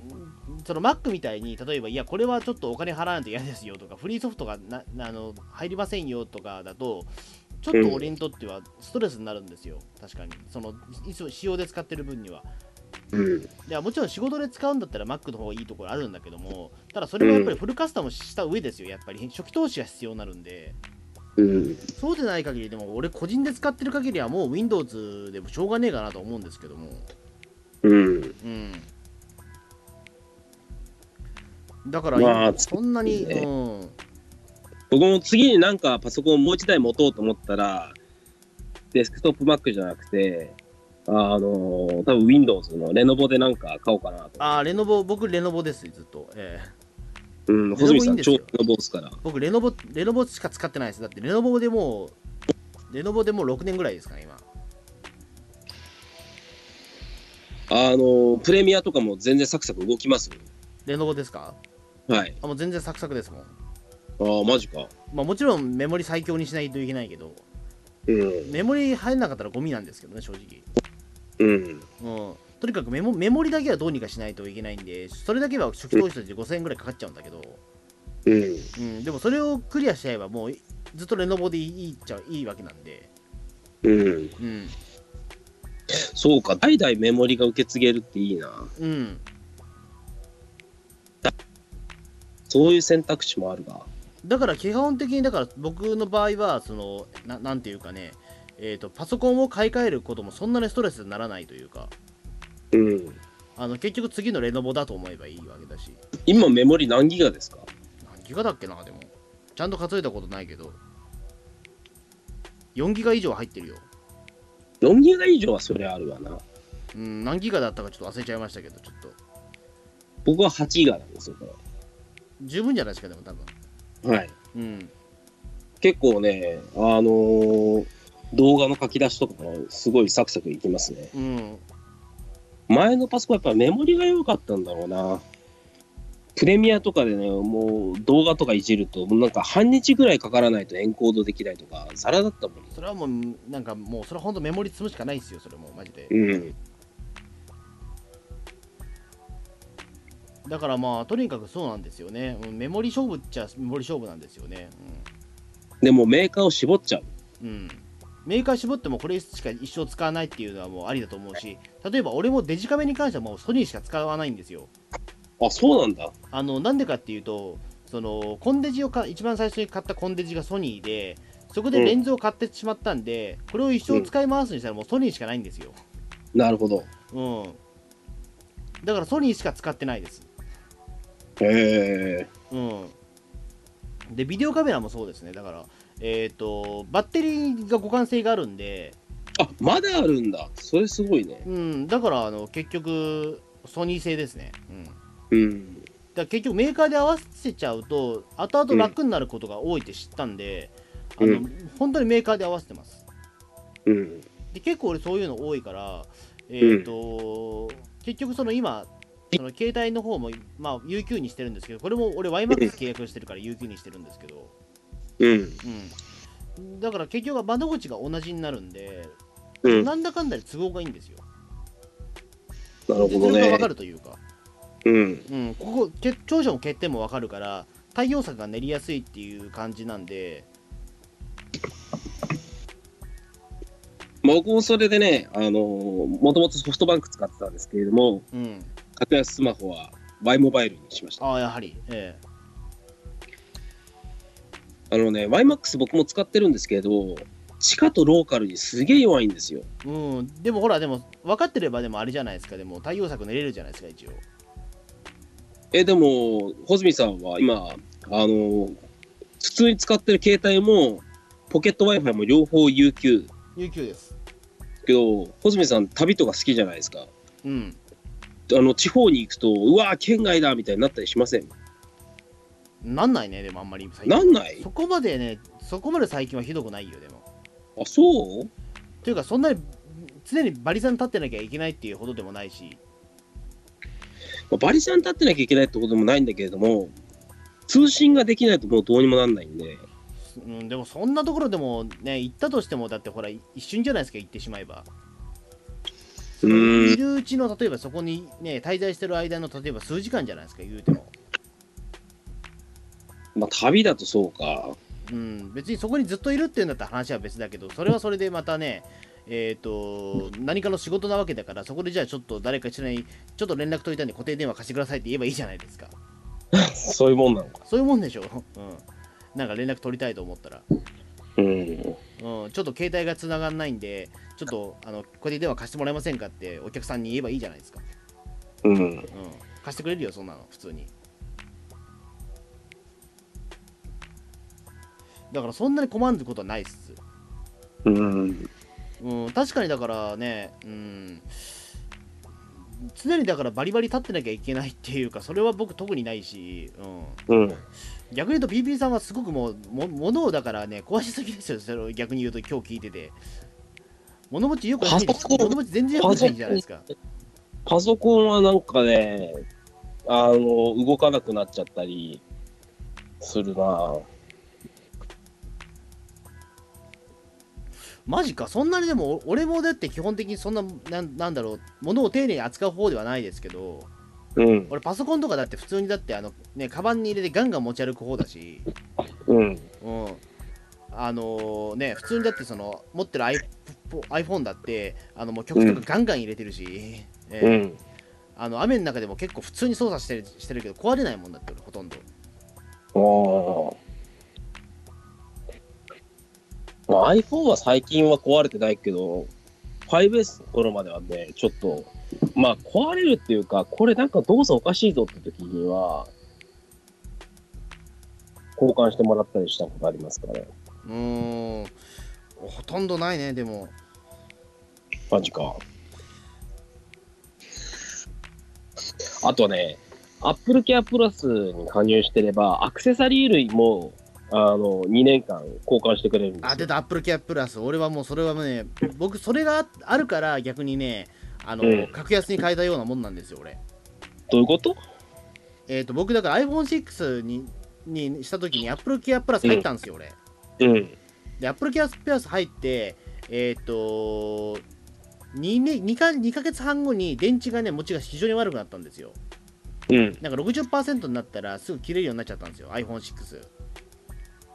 Speaker 2: その Mac みたいに例えばいやこれはちょっとお金払わないと嫌ですよとかフリーソフトがなあの入りませんよとかだとちょっと俺にとってはストレスになるんですよ確かにそのいつも使用で使ってる分には
Speaker 3: うん。
Speaker 2: いやもちろん仕事で使うんだったら Mac の方がいいところあるんだけどもただそれはやっぱりフルカスタムした上ですよやっぱり初期投資が必要になるんで
Speaker 3: うん。
Speaker 2: そうでない限りでも俺個人で使ってる限りはもう Windows でもしょうがねえかなと思うんですけども
Speaker 3: うん。
Speaker 2: うんだから、
Speaker 3: まあ
Speaker 2: そんなに、
Speaker 3: いいね
Speaker 2: うん、
Speaker 3: 僕も次になんかパソコンもう一台持とうと思ったら、デスクトップ Mac じゃなくて、あのー多分 Windows のレノボでなんか買おうかなと。
Speaker 2: あーレノボ僕レノボですずっと、ええ
Speaker 3: うん、細見さん、
Speaker 2: レノボいいんです
Speaker 3: 超
Speaker 2: よ
Speaker 3: レノボですから。
Speaker 2: 僕レノボレノボしか使ってないですだってレノボでもうレノボでもう6年ぐらいですかね今
Speaker 3: あのープレミアとかも全然サクサク動きますよ。
Speaker 2: レノボですか
Speaker 3: はい。
Speaker 2: あもう全然サクサクですもん、
Speaker 3: ああ、マジか。
Speaker 2: まあ、もちろんメモリ最強にしないといけないけど
Speaker 3: うん。
Speaker 2: メモリ入んなかったらゴミなんですけどね正直
Speaker 3: うん。
Speaker 2: うんとにかくメモメモリだけはどうにかしないといけないんでそれだけは初期投資として5000円ぐらいかかっちゃうんだけど
Speaker 3: うん。
Speaker 2: うん、でもそれをクリアしちゃえばもうずっとレノボでいいっちゃいいわけなんで、
Speaker 3: うん。
Speaker 2: うん、
Speaker 3: そうか、代々メモリが受け継げるっていいな。
Speaker 2: うん。
Speaker 3: そういう選択肢もあるが。
Speaker 2: だから基本的にだから僕の場合はそのななんていうかね、えー、とパソコンを買い替えることもそんなにストレスにならないというか
Speaker 3: うん。
Speaker 2: あの結局次のレノボだと思えばいいわけだし
Speaker 3: 今メモリ何ギガですか
Speaker 2: 何ギガだっけなでもちゃんと数えたことないけど4ギガ以上入ってるよ
Speaker 3: ?4 ギガ以上はそれあるわな。
Speaker 2: うん何ギガだったかちょっと忘れちゃいましたけどちょっと
Speaker 3: 僕は8ギガなんですよ、こ
Speaker 2: 十分じゃないですかでも多分
Speaker 3: れ。はい。
Speaker 2: うん
Speaker 3: 結構ね、あのー動画の書き出しとかもすごいサクサクいきますね。
Speaker 2: うん
Speaker 3: 前のパソコンやっぱメモリが良かったんだろうな。プレミアとかでね、もう動画とかいじると、もうなんか半日ぐらいかからないとエンコードできないとか、ザラだったもん。
Speaker 2: それはもうなんかもうそれは本当メモリ積むしかないですよそれもうマジで
Speaker 3: うん。
Speaker 2: だからまあとにかくそうなんですよね、うんメモリ勝負っちゃメモリ勝負なんですよね
Speaker 3: でもメーカーを絞っちゃう。
Speaker 2: うん、うんメーカー絞ってもこれしか一生使わないっていうのはもうありだと思うし例えば俺もデジカメに関してはもうソニーしか使わないんですよ
Speaker 3: あ、そうなんだ。
Speaker 2: あのなんでかっていうとそのコンデジをか一番最初に買ったコンデジがソニーでそこでレンズを買ってしまったんで、これを一生使い回すにしたらもうソニーしかないんですよ
Speaker 3: なるほど。
Speaker 2: うん。だからソニーしか使ってないです。
Speaker 3: へえ。
Speaker 2: うん。で、ビデオカメラもそうですね。だから、えっ、と、バッテリーが互換性があるんで、
Speaker 3: あまだあるんだ。それすごいね。
Speaker 2: うん、だから、あの、結局、ソニー製ですね。うん。だか
Speaker 3: うん。
Speaker 2: ら結局、メーカーで合わせちゃうと、後々楽になることが多いって知ったんで、
Speaker 3: うん
Speaker 2: あの、本当にメーカーで合わせてます。
Speaker 3: うん。
Speaker 2: で、結構俺そういうの多いから、えっ、と、結局その今、その携帯の方も、まあ、UQ にしてるんですけど、これも俺 YMAX 契約してるから UQ にしてるんですけど、
Speaker 3: うん。
Speaker 2: うん、だから結局は窓口が同じになるんで、
Speaker 3: うん。な
Speaker 2: なんだかんだで都合がいいんですよ。
Speaker 3: るほ
Speaker 2: で
Speaker 3: ど
Speaker 2: それが分
Speaker 3: ね
Speaker 2: か。るというか、
Speaker 3: うん。
Speaker 2: うん、ここけ長所も欠点も分かるから、対応策が練りやすいっていう感じなんで、
Speaker 3: 僕もそれでね、あのもともとソフトバンク使ってたんですけれども、
Speaker 2: うん、
Speaker 3: 格安スマホは Y モバイルにしました。
Speaker 2: ああ、やはり、ええ
Speaker 3: あのね、YMAX 僕も使ってるんですけど、地下とローカルにすげえ弱いんですよ。
Speaker 2: うん、でもほら、でも分かってれば、でもあれじゃないですか、でも対応策練れるじゃないですか、一応。
Speaker 3: え、でも、穂積さんは今、あの普通に使ってる携帯も、ポケット Wi-Fi も両方 UQ だ
Speaker 2: UQ です。
Speaker 3: けど、穂積さん旅とか好きじゃないですか。
Speaker 2: うん、
Speaker 3: あの、地方に行くと、うわー県外だみたいになったりしません
Speaker 2: なんないね、でもあんまり最近
Speaker 3: なんない
Speaker 2: そこまでね、そこまで最近はひどくないよ、でも。
Speaker 3: あ、そう
Speaker 2: というか、そんなに常にバリさん立ってなきゃいけないっていうほどでもないし、
Speaker 3: まあバリさん立ってなきゃいけないってことでもないんだけれども、通信ができないともうどうにもなんないんで、
Speaker 2: うん、でもそんなところでもね、行ったとしても、だってほら、い一瞬じゃないですか、行ってしまえば。
Speaker 3: うー
Speaker 2: い
Speaker 3: ん、
Speaker 2: るうちの、例えばそこにね、滞在してる間の、例えば数時間じゃないですか、言うても。
Speaker 3: まあ旅だとそうか。
Speaker 2: うん、別にそこにずっといるっていうんだったら話は別だけど、それはそれでまたね、えっ、と、何かの仕事なわけだから、そこでじゃあちょっと誰か知らない、ちょっと連絡取りたいんで固定電話貸してくださいって言えばいいじゃないですか。
Speaker 3: [laughs] そういうもんなのか。
Speaker 2: そういうもんでしょ。うん。なんか連絡取りたいと思ったら。
Speaker 3: うん。
Speaker 2: うん、ちょっと携帯が繋がんないんで、ちょっとあのこれで電話貸してもらえませんかってお客さんに言えばいいじゃないですか。
Speaker 3: うん。
Speaker 2: うん、貸してくれるよ、そんなの、普通に。だからそんなに困ることはないっす。
Speaker 3: うん。
Speaker 2: うん、確かにだからね、うん、常にだからバリバリ立ってなきゃいけないっていうか、それは僕特にないし、うん、
Speaker 3: うん。
Speaker 2: 逆に言うと PP さんはすごくもうも物をだからね壊しすぎですよそれを逆に言うと今日聞いてて物持ちよくない
Speaker 3: パソコン
Speaker 2: 物持ち全然よくないじゃないですか
Speaker 3: パソコンはなんかね、あの、動かなくなっちゃったりするな。
Speaker 2: マジかそんなにでも俺もだって基本的にそんななんなんだろう物を丁寧に扱う方ではないですけど
Speaker 3: うん。
Speaker 2: 俺パソコンとかだって普通にだってあのねカバンに入れてガンガン持ち歩く方だし
Speaker 3: うん。
Speaker 2: うんあのーね普通にだってその持ってる iPhone だってあのもう曲とかガンガン入れてるし、ええ
Speaker 3: うん。
Speaker 2: あの雨の中でも結構普通に操作してるしてるけど壊れないもんだって俺ほとんど
Speaker 3: あーまあ、iPhone は最近は壊れてないけど、5S の頃まではね、ちょっと、まあ壊れるっていうか、これなんか動作おかしいぞって時には、交換してもらったりしたことありますからね。
Speaker 2: うーんほとんどないねでも
Speaker 3: マジか。あとね、Apple Care Plus に加入してれば、アクセサリー類も、あの、2年間交換してくれるんですよ。
Speaker 2: あ出た AppleCare プラス俺はもうそれはね僕それがあるから逆にねあの、
Speaker 3: うん
Speaker 2: 格安に変えたようなもんなんですよ俺
Speaker 3: どういうこと
Speaker 2: えっ、と僕だから iPhone6 ににした時に AppleCare プラス入ったんですよ、俺
Speaker 3: うん。
Speaker 2: で AppleCare プラス入ってえっ、と 2, ね2か2ヶ月半後に電池がね持ちが非常に悪くなったんですよ
Speaker 3: うん。
Speaker 2: なんか60%になったらすぐ切れるようになっちゃったんですよ iPhone6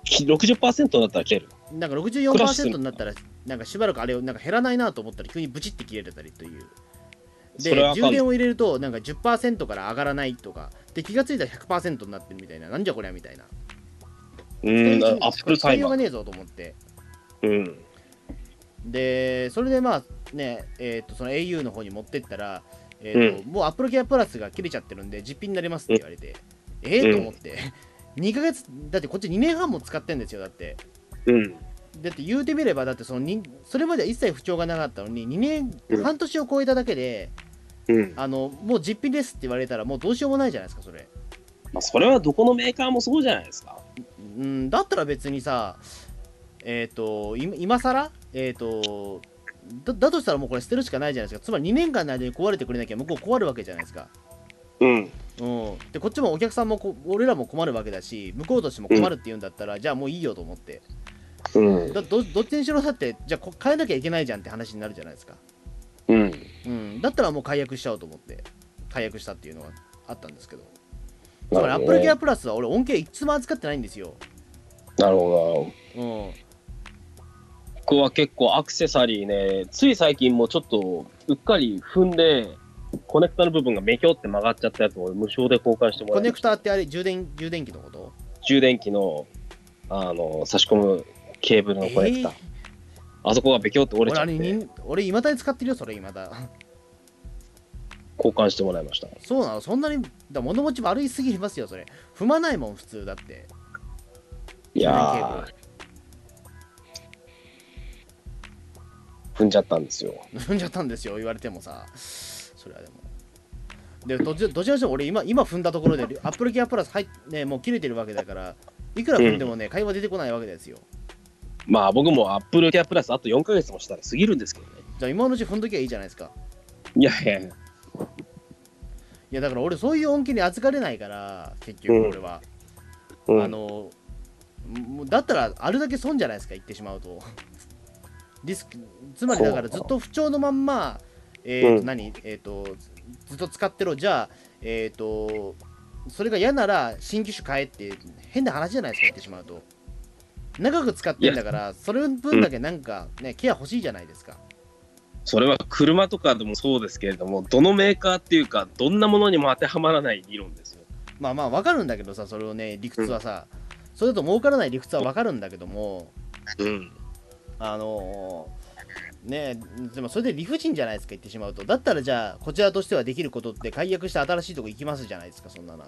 Speaker 3: 60%だったら切れる。
Speaker 2: なんか
Speaker 3: クラッシュ
Speaker 2: 64%になったらなんかしばらくあれをなんか減らないなと思ったら急にブチって切れてたりというで
Speaker 3: それはあかん
Speaker 2: 充電を入れるとなんか10%から上がらないとかで気がついたら100%になってるみたいななんじゃこりゃみたいな
Speaker 3: うん、
Speaker 2: で
Speaker 3: アップルタイ
Speaker 2: 対応が
Speaker 3: マー。
Speaker 2: ねえぞと思って
Speaker 3: うん。
Speaker 2: で、それでまあね、えっ、と、その au の方に持ってったら、えっ、と、もう Apple Care Plus が切れちゃってるんで、実品になりますって言われて、ええと思って。2ヶ [laughs] 月、だってこっち2年半も使ってんですよ、だって。
Speaker 3: うん。
Speaker 2: だって言うてみれば、だってそのにそれまでは一切不調がなかったのに、2年、半年を超えただけで、
Speaker 3: うん。
Speaker 2: あのもう実品ですって言われたら、もうどうしようもないじゃないですか、それ。
Speaker 3: まあ、それはどこのメーカーもそうじゃないですか。
Speaker 2: うん、だったら別にさ、えっ、と、い今更えっ、とだ、だとしたらもうこれ捨てるしかないじゃないですか。つまり2年間の間に壊れてくれなきゃ向こう壊るわけじゃないですか。
Speaker 3: うん。
Speaker 2: うん、で、こっちもお客さんもこ、俺らも困るわけだし、向こうとしても困るって言うんだったら、じゃあもういいよと思って。
Speaker 3: うん。
Speaker 2: だどどっちにしろだって、じゃあこ変えなきゃいけないじゃんって話になるじゃないですか。
Speaker 3: うん。
Speaker 2: うん、だったらもう解約しちゃおうと思って、解約したっていうのがあったんですけど。つま
Speaker 3: な
Speaker 2: り
Speaker 3: る
Speaker 2: Apple
Speaker 3: ほどね
Speaker 2: Care Plus は俺恩恵いつも扱ってないんですよ。
Speaker 3: なるほど。
Speaker 2: うん。
Speaker 3: 僕は結構アクセサリーね、つい最近もちょっとうっかり踏んで、コネクタの部分がめきょって曲がっちゃったやつを無償で交換してもら
Speaker 2: コ
Speaker 3: っ
Speaker 2: ネ
Speaker 3: て
Speaker 2: ク、ターってあれ充電充電器のこと
Speaker 3: 充電器のあの差し込むケーブルのコネクタ、
Speaker 2: えー
Speaker 3: あそこがべきょって
Speaker 2: 俺
Speaker 3: 折れちゃ
Speaker 2: あ
Speaker 3: って
Speaker 2: れ
Speaker 3: 交
Speaker 2: に俺いまだに使ってるよそれいまだ
Speaker 3: 換してもらいました。
Speaker 2: [laughs] そうなのそんなにだ物持ち悪いすぎますよそれ踏まないもん普通だって
Speaker 3: いやー、踏んじゃったんですよ。
Speaker 2: 踏んじゃったんですよ言われてもさそれはでもでどっちどちらにしても俺今今踏んだところで Apple Care Plus 入っねもう切れてるわけだからいくら踏んでもね、会話出てこないわけですよ
Speaker 3: まあ僕も Apple Care Plus あと4ヶ月もしたら過ぎるんですけどね。
Speaker 2: じゃあ今のうち踏んどきゃいいじゃないですか
Speaker 3: いやいやいや、
Speaker 2: いやだから俺そういう恩恵に預かれないから結局俺は、
Speaker 3: うん
Speaker 2: あのもうだったらあれだけ損じゃないですか言ってしまうとリスクつまりだからずっと不調のまんまえーと、
Speaker 3: うん
Speaker 2: 何えっ、とずっと使ってろじゃあえっ、とそれが嫌なら新機種変えって変な話じゃないですか言ってしまうと長く使ってんだからそれ分だけなんかね、ケア欲しいじゃないですか
Speaker 3: それは車とかでもそうですけれども、どのメーカーっていうか、どんなものにも当てはまらない理論ですよ。
Speaker 2: まあまあわかるんだけどさそれをね理屈はさ、それだと儲からない理屈はわかるんだけども
Speaker 3: うん。
Speaker 2: あのーねえでもそれで理不尽じゃないですか言ってしまうとだったらじゃあこちらとしてはできることって解約して新しいとこ行きますじゃないですかそんなの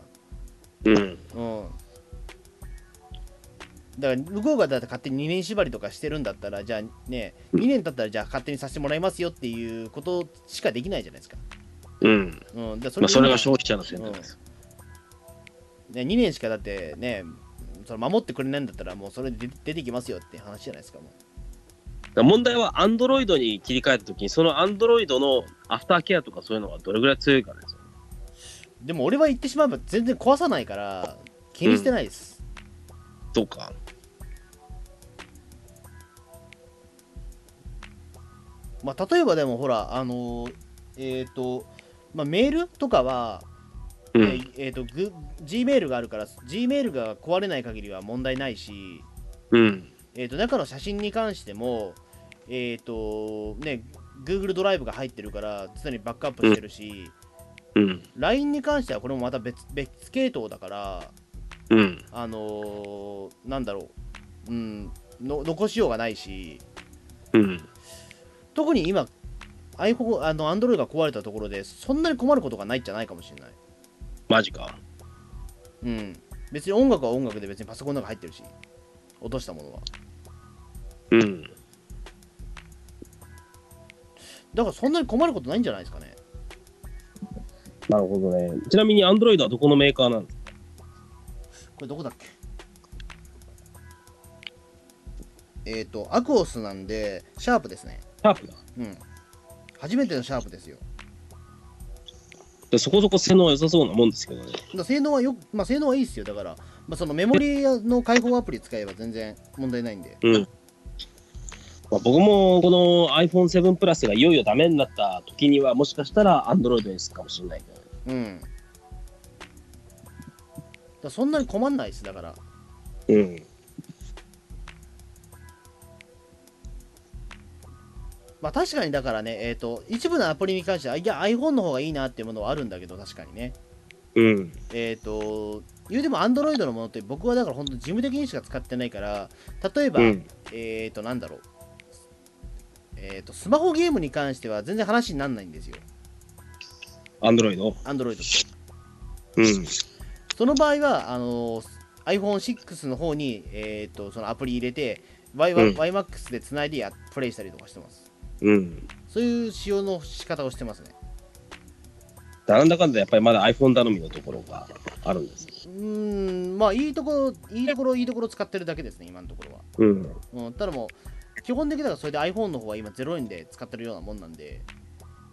Speaker 3: うん。
Speaker 2: うんだから向こうがだって勝手に2年縛りとかしてるんだったらじゃあね2年経ったらじゃあ勝手にさせてもらいますよっていうことしかできないじゃないですか,、
Speaker 3: うん。
Speaker 2: うん、だからそ
Speaker 3: まあ、それが消
Speaker 2: ね、
Speaker 3: 費者の選択です。
Speaker 2: 2年しかだってねその守ってくれないんだったらもうそれで出てきますよって話じゃないですかもう
Speaker 3: だから問題は、アンドロイドに切り替えたときに、そのアンドロイドのアフターケアとかそういうのがどれぐらい強いかですよ。
Speaker 2: でも俺は言ってしまえば全然壊さないから気にしてないです、
Speaker 3: どうか。
Speaker 2: まあ例えばでもほらあのーえっ、と、まあ、メールとかは、
Speaker 3: う
Speaker 2: え
Speaker 3: ん。
Speaker 2: ーえーとグ G メールがあるから G メールが壊れない限りは問題ないし、
Speaker 3: うん。
Speaker 2: えー、と中の写真に関してもえっ、とね Google ドライブが入ってるから常にバックアップしてるし、
Speaker 3: うん。
Speaker 2: LINE に関してはこれもまた別別系統だから
Speaker 3: うん。
Speaker 2: あのーなんだろう、うん、の残しようがないし
Speaker 3: うん。
Speaker 2: 特に今 iPhone あの Android が壊れたところでそんなに困ることがないんじゃないかもしれない
Speaker 3: マジか。
Speaker 2: うん別に音楽は音楽で別にパソコンの中入ってるし落としたものは
Speaker 3: うん。
Speaker 2: だからそんなに困ることないんじゃないですかね
Speaker 3: なるほどね。ちなみに、アンドロイドはどこのメーカーなんですか
Speaker 2: これどこだっけえっ、ー、とアクオスなんでシャープですね
Speaker 3: シャープだ。
Speaker 2: うん初めてのシャープですよ
Speaker 3: でそこそこ性能は良さそうなもんですけどね。
Speaker 2: だから性能はよく、まあ、性能はいいですよだから、まあ、そのメモリの解放アプリ使えば全然問題ないんで
Speaker 3: うん。まあ、僕もこの iPhone7 プラスがいよいよダメになった時には、もしかしたら Android にするかもしれないけど。
Speaker 2: うん。だそんなに困んないです、だから。
Speaker 3: うん。
Speaker 2: まあ確かにだからね、えっ、と、一部のアプリに関しては、いや、iPhone の方がいいなっていうものはあるんだけど、確かにね。
Speaker 3: うん。
Speaker 2: えっ、と、言うても Android のものって僕はだから本当に事務的にしか使ってないから、例えば、
Speaker 3: うん。
Speaker 2: えっ、と、なんだろう。えー、とスマホゲームに関しては全然話にならないんですよ、
Speaker 3: アンドロイド。
Speaker 2: Android って。
Speaker 3: うん。
Speaker 2: その場合はあの iPhone6 の方に、えー、とそのアプリ入れて、Y-
Speaker 3: うん
Speaker 2: YMAX でつないでやプレイしたりとかしてます。
Speaker 3: うん。
Speaker 2: そういう仕様の仕方をしてますね。
Speaker 3: なんだかんだやっぱりまだ iPhone 頼みのところがあるんです。
Speaker 2: うーん、まあいいところ、いいところ、いいところ使ってるだけですね、今のところは。
Speaker 3: うん。
Speaker 2: うん、ただもう、基本的にはそれで iPhone の方は今0円で使ってるようなもんなんで、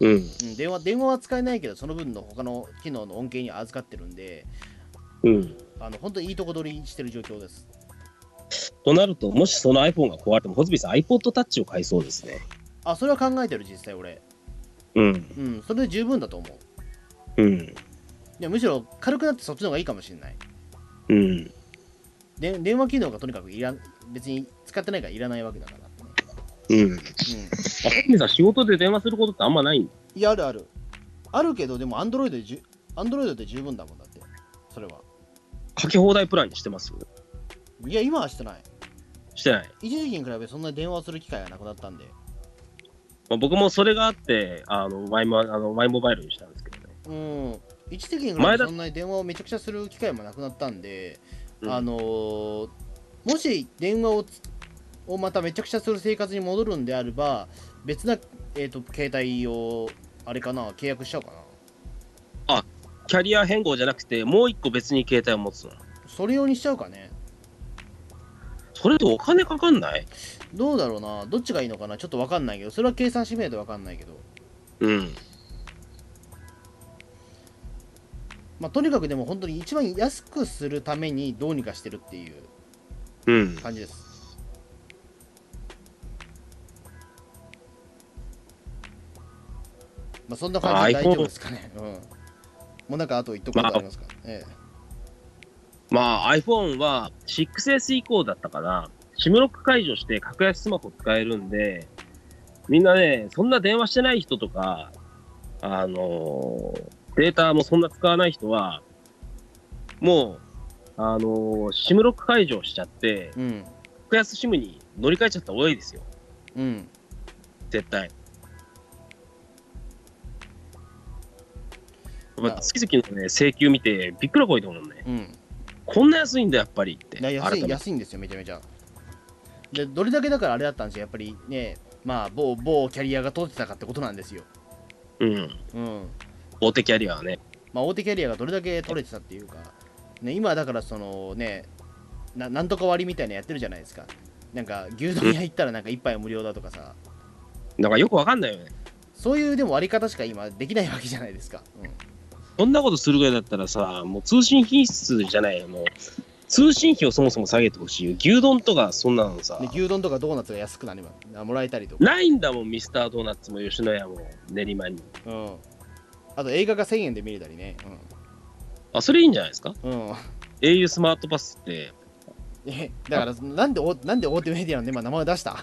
Speaker 3: うん。
Speaker 2: うん、電話電話は使えないけど、その分の他の機能の恩恵には預かってるんで、
Speaker 3: うん。
Speaker 2: あの本当にいいとこ取りしてる状況です。
Speaker 3: となると、もしその iPhone が壊れても、ホズビさん iPod Touch を買いそうですね。
Speaker 2: あ、それは考えてる、実際俺。
Speaker 3: うん。
Speaker 2: うん、それで十分だと思う。
Speaker 3: うん。
Speaker 2: いやむしろ軽くなってそっちの方がいいかもしれない。
Speaker 3: うん。
Speaker 2: で電話機能がとにかくいらん別に使ってないからいらないわけだから、
Speaker 3: うん。
Speaker 2: う
Speaker 3: あ、ホズビさん仕事で電話することってあんまないん
Speaker 2: ん。いや、あるある。あるけど、でも Android でじゅ Android で十分だもんだって、それは。
Speaker 3: かけ放題プランにしてます
Speaker 2: いや、今はしてない。
Speaker 3: してない。
Speaker 2: 一時期に比べてそんなに電話をする機会がなくなったんで。
Speaker 3: まあ、僕もそれがあって、あの、マイモあのマイモバイルにしたんですけどね。
Speaker 2: うん。一時期に比べ
Speaker 3: 前
Speaker 2: て
Speaker 3: だ
Speaker 2: そんなに電話をめちゃくちゃする機会もなくなったんで、
Speaker 3: うん
Speaker 2: あのーもし電話をつをまためちゃくちゃする生活に戻るんであれば、別な、えー、と携帯を、あれかな、契約しちゃおうかな。
Speaker 3: キャリア変更じゃなくて、もう一個別に携帯を持つの。
Speaker 2: それ用にしちゃうかね。
Speaker 3: それってお金かかんない
Speaker 2: どうだろうな、どっちがいいのかな、ちょっとわかんないけど、それは計算してみないとわかんないけど、
Speaker 3: うん。
Speaker 2: まあ、とにかくでも本当に一番安くするためにどうにかしてるっていう
Speaker 3: うん。
Speaker 2: 感じです。まあ、そんな感じで
Speaker 3: あ
Speaker 2: 大丈夫ですかね。うん。もうなんかあと言っとくことありますか、え
Speaker 3: まあ iPhone は 6S 以降だったかな。SIM ロック解除して格安スマホ使えるんで、みんなね、そんな電話してない人とか、あのーデータもそんな使わない人は、もう、あのー、SIM ロック解除しちゃって、
Speaker 2: えうん。
Speaker 3: 格安 SIM に乗り換えちゃった方がいいですよ。
Speaker 2: うん。
Speaker 3: 絶対。やっぱ月々のね、請求見てびっくらこいと思うね。
Speaker 2: うん。
Speaker 3: こんな安いんだ、やっぱりって。
Speaker 2: いや安
Speaker 3: 改め
Speaker 2: い
Speaker 3: て
Speaker 2: 安いんですよ、めちゃめちゃ。で、どれだけだからあれだったんですよ、やっぱりね、まあ、某某キャリアが取ってたかってことなんですよ。
Speaker 3: うん。
Speaker 2: うん。
Speaker 3: 大手キャリアはね。
Speaker 2: まあ、大手キャリアがどれだけ取れてたっていうか、ね、今だからそのねな、なんとか割みたいなのやってるじゃないですか。なんか牛丼屋行ったらなんか一杯無料だとかさ、
Speaker 3: だからよくわかんないよね。
Speaker 2: そういうでも割り方しか今できないわけじゃないですか。
Speaker 3: そんなことするぐらいだったらさ、もう通信品質じゃないよ、もう。通信費をそもそも下げてほしいよ。牛丼とかそんなのさ
Speaker 2: うん、で、牛丼とかドーナツが安くなればあもらえたりとか、
Speaker 3: ないんだもん、ミスタードーナツも吉野家も練馬に。
Speaker 2: うん、あと映画が1000円で見れたりね、
Speaker 3: あ、それいいんじゃないですか
Speaker 2: うん。 [laughs] うん、
Speaker 3: ?au スマートパスって。
Speaker 2: えだからなんでお、なんで大手メディアの、ねまあ、名前を出した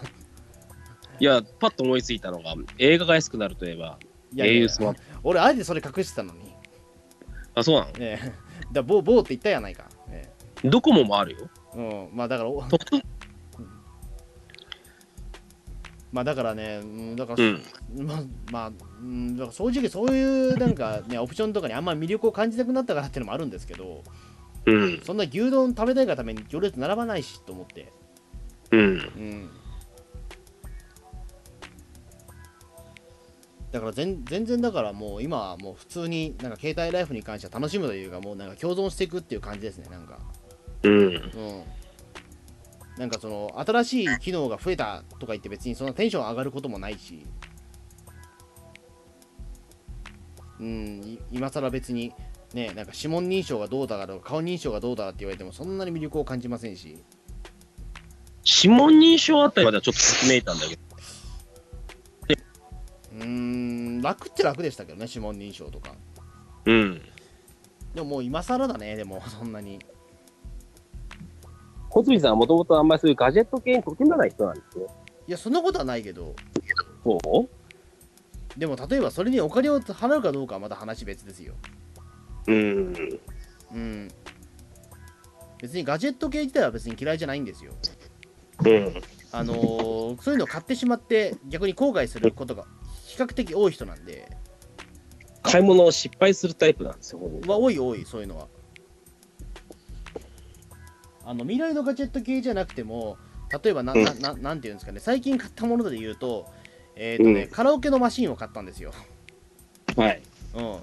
Speaker 3: いや、パッと思いついたのが、映画が安くなるといえば、
Speaker 2: いやいやい
Speaker 3: au スマー
Speaker 2: や
Speaker 3: ト。
Speaker 2: 俺、あえてそれ隠してたのに。
Speaker 3: あ、そうなの
Speaker 2: ええ、だ某某って言ったやないか。え
Speaker 3: ドコモもあるよ。
Speaker 2: えうん、まあだから、お
Speaker 3: 特
Speaker 2: まあだからね、うんだから、
Speaker 3: うん。
Speaker 2: まあ、まあ、うんだから正直そういうなんかね、オプションとかにあんまり魅力を感じなくなったからっていうのもあるんですけど、
Speaker 3: うん。
Speaker 2: そんな牛丼食べたいがために行列並ばないしと思って、
Speaker 3: うん。
Speaker 2: うん。だから全全然だからもう今はもう普通になんか携帯ライフに関しては楽しむというかもうなんか共存していくっていう感じですねなんか
Speaker 3: うん。
Speaker 2: うんなんかその新しい機能が増えたとか言って別にそんなテンション上がることもないしうんい今更別にねなんか指紋認証がどうだかとか顔認証がどうだって言われてもそんなに魅力を感じませんし
Speaker 3: 指紋認証あたりまではちょっと進めいたんだけど。
Speaker 2: うーん楽っちゃ楽でしたけどね指紋認証とか
Speaker 3: うん。
Speaker 2: でももう今更だねでも [laughs] そんなに
Speaker 3: 小杉さんはもともとあんまりそういうガジェット系にときめかない人なんですね。
Speaker 2: いやそんなことはないけど
Speaker 3: そう
Speaker 2: でも例えばそれにお金を払うかどうかはまた話別ですよ
Speaker 3: うん。
Speaker 2: うん別にガジェット系自体は別に嫌いじゃないんですよ
Speaker 3: うん。
Speaker 2: あのーそういうのを買ってしまって逆に後悔することが比較的多い人なんで、
Speaker 3: 買い物を失敗するタイプなんですよ、僕
Speaker 2: は多い多いそういうのはあの未来のガジェット系じゃなくても例えばな、なななんていうんですかね最近買ったもので言うと,、えーとね
Speaker 3: うん
Speaker 2: カラオケのマシンを買ったんですよ、
Speaker 3: はい。
Speaker 2: うん、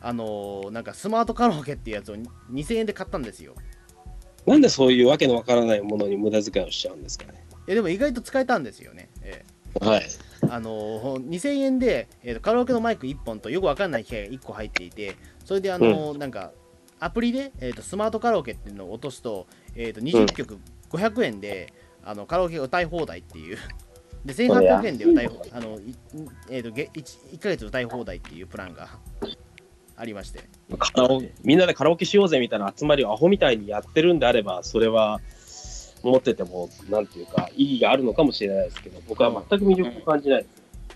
Speaker 2: あのーなんかスマートカラオケっていうやつを2000円で買ったんですよ
Speaker 3: なんでそういうわけのわからないものに無駄遣いをしちゃうんですかね。
Speaker 2: いやでも意外と使えたんですよね、え
Speaker 3: はい。
Speaker 2: えあのー2000円で、えーとカラオケのマイク1本とよくわかんない機械が1個入っていてそれであのーなんかアプリで、えーとスマートカラオケっていうのを落とすと,、えーと20曲500円であのカラオケが歌い放題っていうで1800円で歌い放あのいえーとげ 1, 1ヶ月歌い放題っていうプランがありまして
Speaker 3: カラオみんなでカラオケしようぜみたいな集まりをアホみたいにやってるんであれば、それは持ってても、なんていうか、意義があるのかもしれないですけど、僕は全く魅力を感じない。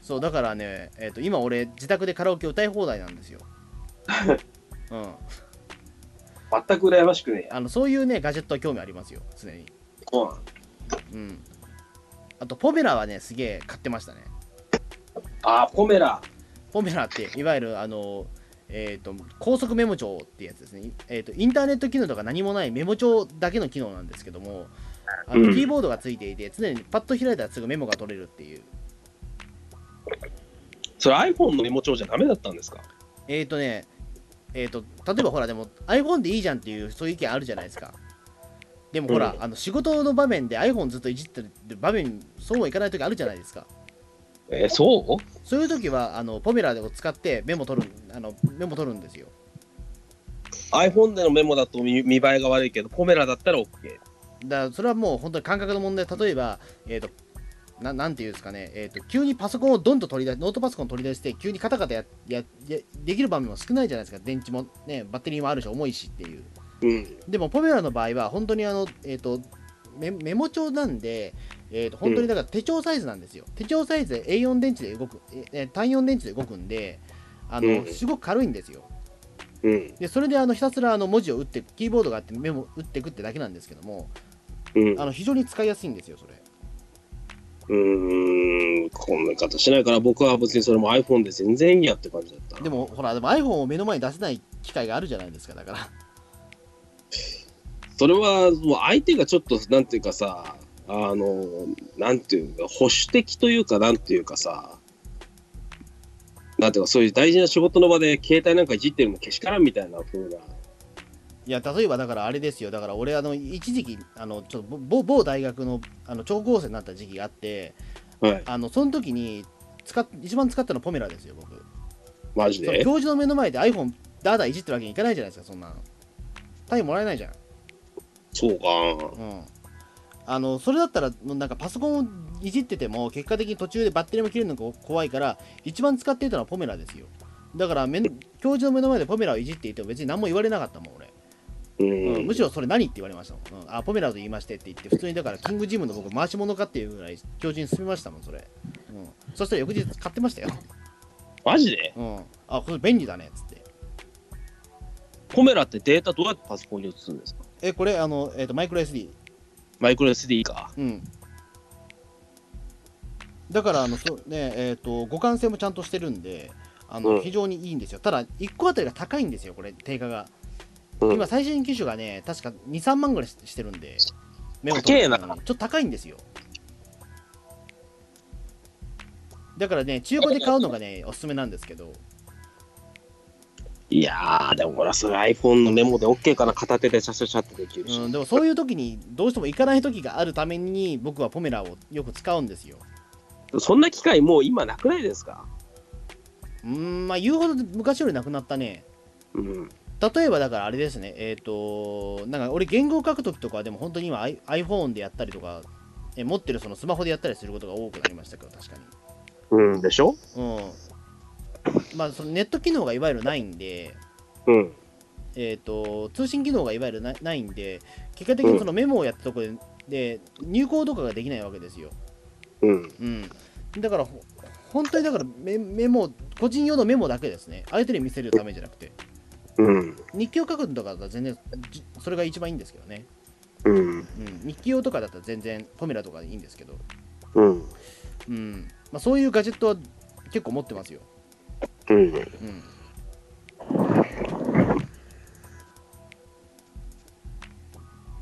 Speaker 2: そうだからね、えー、と今俺自宅でカラオケ歌い放題なんですよ、うん、
Speaker 3: 全く羨ましくねえ。
Speaker 2: あのそういうねガジェットは興味ありますよ常に
Speaker 3: そうなん
Speaker 2: うんあとポメラはねすげえ買ってましたね
Speaker 3: あー、ポメラ。
Speaker 2: ポメラっていわゆるあのえっ、と高速メモ帳ってやつですねえっ、とインターネット機能とか何もないメモ帳だけの機能なんですけどもあの、
Speaker 3: うん
Speaker 2: キーボードがついていて常にパッと開いたらすぐメモが取れるっていう
Speaker 3: それ iPhone のメモ帳じゃダメだったんですか
Speaker 2: えっ、とねえっ、と例えばほらでも iPhone でいいじゃんっていうそういう意見あるじゃないですかでもほら、
Speaker 3: う
Speaker 2: あの仕事の場面で iPhone ずっといじってる場面そうもいかない時あるじゃないですか
Speaker 3: えーそう
Speaker 2: そういう時はあのポメラを使ってメモ取るあのメモ取るんですよ。
Speaker 3: iPhone でのメモだと見見栄えが悪いけど、ポメラだったら OK。
Speaker 2: だからそれはもう本当に感覚の問題例えば、えー、とななんていうんですかね、えー、と急にパソコンをどんと取り出ノートパソコンを取り出して急にカタカタやややできる場面も少ないじゃないですか電池もねバッテリーもあるし重いしっていう。
Speaker 3: うん。
Speaker 2: でもポメラの場合は本当にあの、えー、とメメモ帳なんで、えー、と本当にだから手帳サイズなんですよ、手帳サイズで A4 電池で動く、ええ単4電池で動くんであの、
Speaker 3: うん
Speaker 2: すごく軽いんですよ。
Speaker 3: うん。
Speaker 2: でそれであのひたすらあの文字を打ってキーボードがあってメモ打っていくってだけなんですけども
Speaker 3: うん
Speaker 2: あの非常に使いやすいんですよそれ
Speaker 3: うーん、こんな言い方しないから、僕は別にそれも iPhone で全然いいやって感じだったな。
Speaker 2: でもほらでも iPhone を目の前に出せない機会があるじゃないですかだから
Speaker 3: それはもう相手がちょっと、なんていうかさ、あの、なんていうか、保守的というか、なんていうかさ、なんていうか、そういう大事な仕事の場で携帯なんかいじってるのけしからんみたいな風な。
Speaker 2: いや例えばだからあれですよだから俺あの一時期あのちょっとぼ某某大学のあの超高生になった時期があって
Speaker 3: はい、
Speaker 2: あのその時に使っ一番使ったのポメラですよ僕
Speaker 3: マジ
Speaker 2: その
Speaker 3: で。
Speaker 2: 教授の目の前で iPhone ダーダーいじってるわけにいかないじゃないですかそんなの単位もらえないじゃん
Speaker 3: そうか。
Speaker 2: うん、あのそれだったらもうなんかパソコンをいじってても結果的に途中でバッテリーも切れるのが怖いから一番使っていたのはポメラですよだからめん教授の目の前でポメラをいじっていても別に何も言われなかったもん俺、
Speaker 3: う
Speaker 2: うん
Speaker 3: ん。
Speaker 2: むしろそれ何って言われましたもん、うんあポメラと言いましてって言って普通にだからキングジムの僕回し物かっていうぐらい教授に進みましたもんそれ、うん、そしたら翌日買ってましたよ、
Speaker 3: マジで
Speaker 2: うん、あこれ便利だねっつって
Speaker 3: コメラってデータどうやってパソコンに移すんですか
Speaker 2: えこれあの、えー、とマイクロ SD
Speaker 3: マイクロ SD か。
Speaker 2: うん。だからあのそう、ねえーと、互換性もちゃんとしてるんで、あの
Speaker 3: うん
Speaker 2: 非常にいいんですよ。ただ、1個あたりが高いんですよ、これ、定価が。
Speaker 3: うん
Speaker 2: 今、最新機種がね、確か2、3万ぐらいししてるんで、目を
Speaker 3: 高えな
Speaker 2: ちょっと高いんですよ。だからね、中古で買うのがね、おすすめなんですけど、
Speaker 3: いやー、でもほら、それ iPhone のメモで OK かな、片手でシャシャシャってできるし。
Speaker 2: うん、でもそういう時に、どうしても行かない時があるために、僕はポメラをよく使うんですよ。
Speaker 3: そんな機会もう今なくないですか
Speaker 2: うーん、まあ、言うほど昔よりなくなったね。
Speaker 3: うん。
Speaker 2: 例えばだからあれですね、えっ、と、なんか俺言語を書くときとかはでも本当に今 I- iPhone でやったりとか、え持ってるそのスマホでやったりすることが多くなりましたけど、確かに。
Speaker 3: うんでしょ
Speaker 2: うん。まあそのネット機能がいわゆるないんで、
Speaker 3: うん。
Speaker 2: えっ、と、通信機能がいわゆるなないんで、結果的にそのメモをやったところでで入稿とかができないわけですよ。
Speaker 3: うん。
Speaker 2: うん。だからほ、本当にだからメメモ、個人用のメモだけですね。相手に見せるためじゃなくて。
Speaker 3: うん。
Speaker 2: 日記を書くんだから全然、じそれが一番いいんですけどね。
Speaker 3: うん。
Speaker 2: うん、日記用とかだったら全然ポメラとかでいいんですけど、
Speaker 3: うん。
Speaker 2: うんまあ、そういうガジェットは結構持ってますよ、
Speaker 3: うん。
Speaker 2: うん、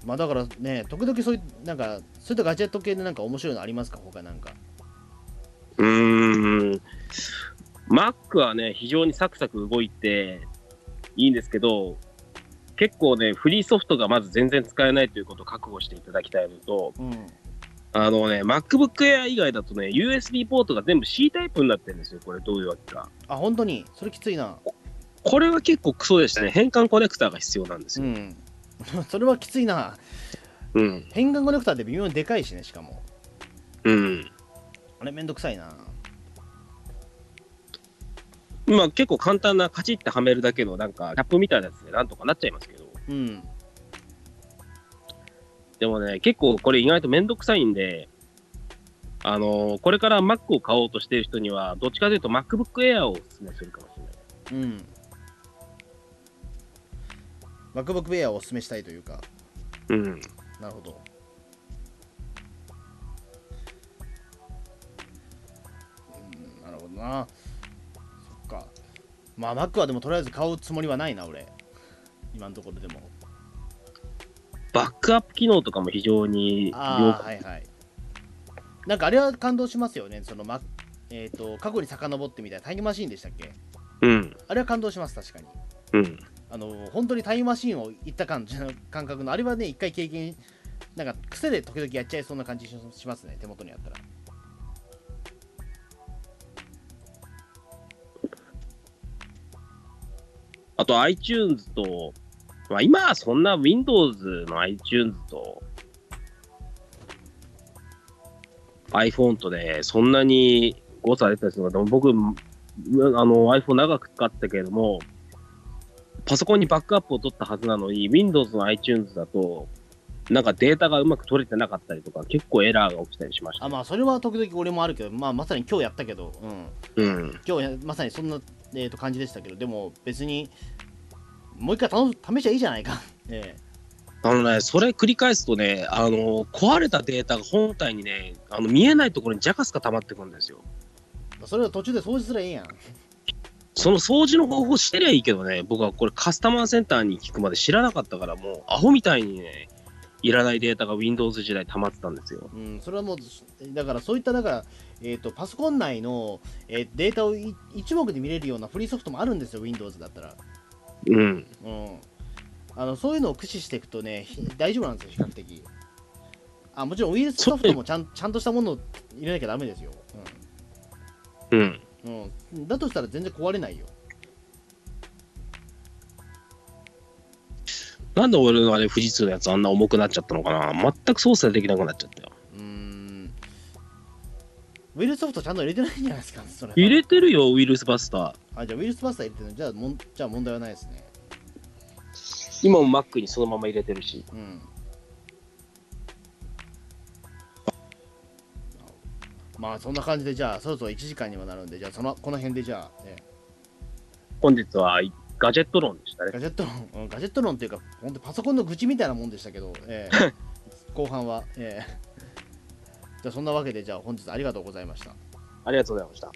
Speaker 2: まあだからね時々そういうなんかそういったガジェット系でなんか面白いのありますか他なんか
Speaker 3: うーん。Mac はね、非常にサクサク動いていいんですけど、結構ね、フリーソフトがまず全然使えないということを覚悟していただきたいのと、
Speaker 2: うん
Speaker 3: あのね、MacBook Air 以外だとね、USB ポートが全部 C タイプになってるんですよ、これ、どういうわけか。
Speaker 2: あ本当にそれきついな
Speaker 3: これは結構クソでしたね。変換コネクターが必要なんです
Speaker 2: う
Speaker 3: よ。
Speaker 2: ん [laughs] それはきついな
Speaker 3: うん。
Speaker 2: 変換コネクターって微妙にでかいしねしかも
Speaker 3: うん。
Speaker 2: あれめんどくさいな
Speaker 3: まあ結構簡単なカチッてはめるだけのなんかキャップみたいなやつでなんとかなっちゃいますけど。
Speaker 2: うん
Speaker 3: でもね、結構これ意外とめんどくさいんで、あのーこれから Mac を買おうとしている人には、どっちかというと MacBook Air をおすすめするかもしれない。
Speaker 2: うん。MacBook Air をおすすめしたいというか、
Speaker 3: うん。
Speaker 2: なるほど。うん、なるほどな。そっか。まあ、Mac はでもとりあえず買うつもりはないな、俺。今のところでも。
Speaker 3: バックアップ機能とかも非常に
Speaker 2: あ
Speaker 3: 良
Speaker 2: あ、
Speaker 3: く
Speaker 2: はいはい。なんかあれは感動しますよね。その、ま、えっ、と、過去に遡ってみたいなタイムマシーンでしたっけ
Speaker 3: うん。
Speaker 2: あれは感動します、確かに。
Speaker 3: うん。
Speaker 2: あの本当にタイムマシンを行った感じの感覚のあれはね一回経験なんか癖で時々やっちゃいそうな感じししますね手元にあったら
Speaker 3: あと iTunes と、まあ、今はそんな Windows の iTunes と iPhone とね、そんなに誤差出てたりするのが、でも僕、うあの iPhone 長く使ったけれども、パソコンにバックアップを取ったはずなのに、Windows の iTunes だと、なんかデータがうまく取れてなかったりとか、結構エラーが起きたりしました。
Speaker 2: あまあそれは時々俺もあるけど、まあ、まさに今日やったけど、うん、
Speaker 3: うん。
Speaker 2: 今日やまさにそんな、えー、と感じでしたけどでも別にもう一回たの試しちゃいいじゃないか、 [laughs] え
Speaker 3: あのね、それ繰り返すとね、あの、壊れたデータが本体にね、あの見えないところにジャカスが溜まってくるんですよ。
Speaker 2: えそれを途中で掃除すりゃええやん
Speaker 3: その掃除の方法してりゃいいけどね、僕はこれカスタマーセンターに聞くまで知らなかったから、もうアホみたいにね、いらないデータが Windows 時代溜まってたんですよ。
Speaker 2: うん、それはもう、だからそういった、だから、えーと、パソコン内の、えーデータをい一目で見れるようなフリーソフトもあるんですよ、Windows だったら。
Speaker 3: うん。
Speaker 2: うん、あのそういうのを駆使していくとね、ひ大丈夫なんですよ、比較的。あもちろんウイルスソフトもちゃんちゃんとしたものを入れなきゃダメですよ、
Speaker 3: うん。
Speaker 2: うんうん。だとしたら全然壊れないよ。
Speaker 3: なんで俺のあれ、富士通のやつあんな重くなっちゃったのかな全く操作できなくなっちゃったよ。
Speaker 2: うーん。ウイルスソフトちゃんと入れてないんじゃないですか、それは。
Speaker 3: 入れてるよ、ウイルスバスター。
Speaker 2: あじゃあウイルスバスター入れてるのじゃあもん、じゃあ問題はないですね。
Speaker 3: 今も Mac にそのまま入れてるし。
Speaker 2: うん。まあそんな感じでじゃあそろそろ1時間にもなるんでじゃあそのこの辺でじゃあ、ね、
Speaker 3: 本日はガジェット論でしたね。
Speaker 2: ガジェット論、うんガジェット論っていうか、本当パソコンの愚痴みたいなもんでしたけど、ええ
Speaker 3: [laughs]
Speaker 2: 後半は、ええじゃあそんなわけで、じゃあ本日ありがとうございました。
Speaker 3: ありがとうございました。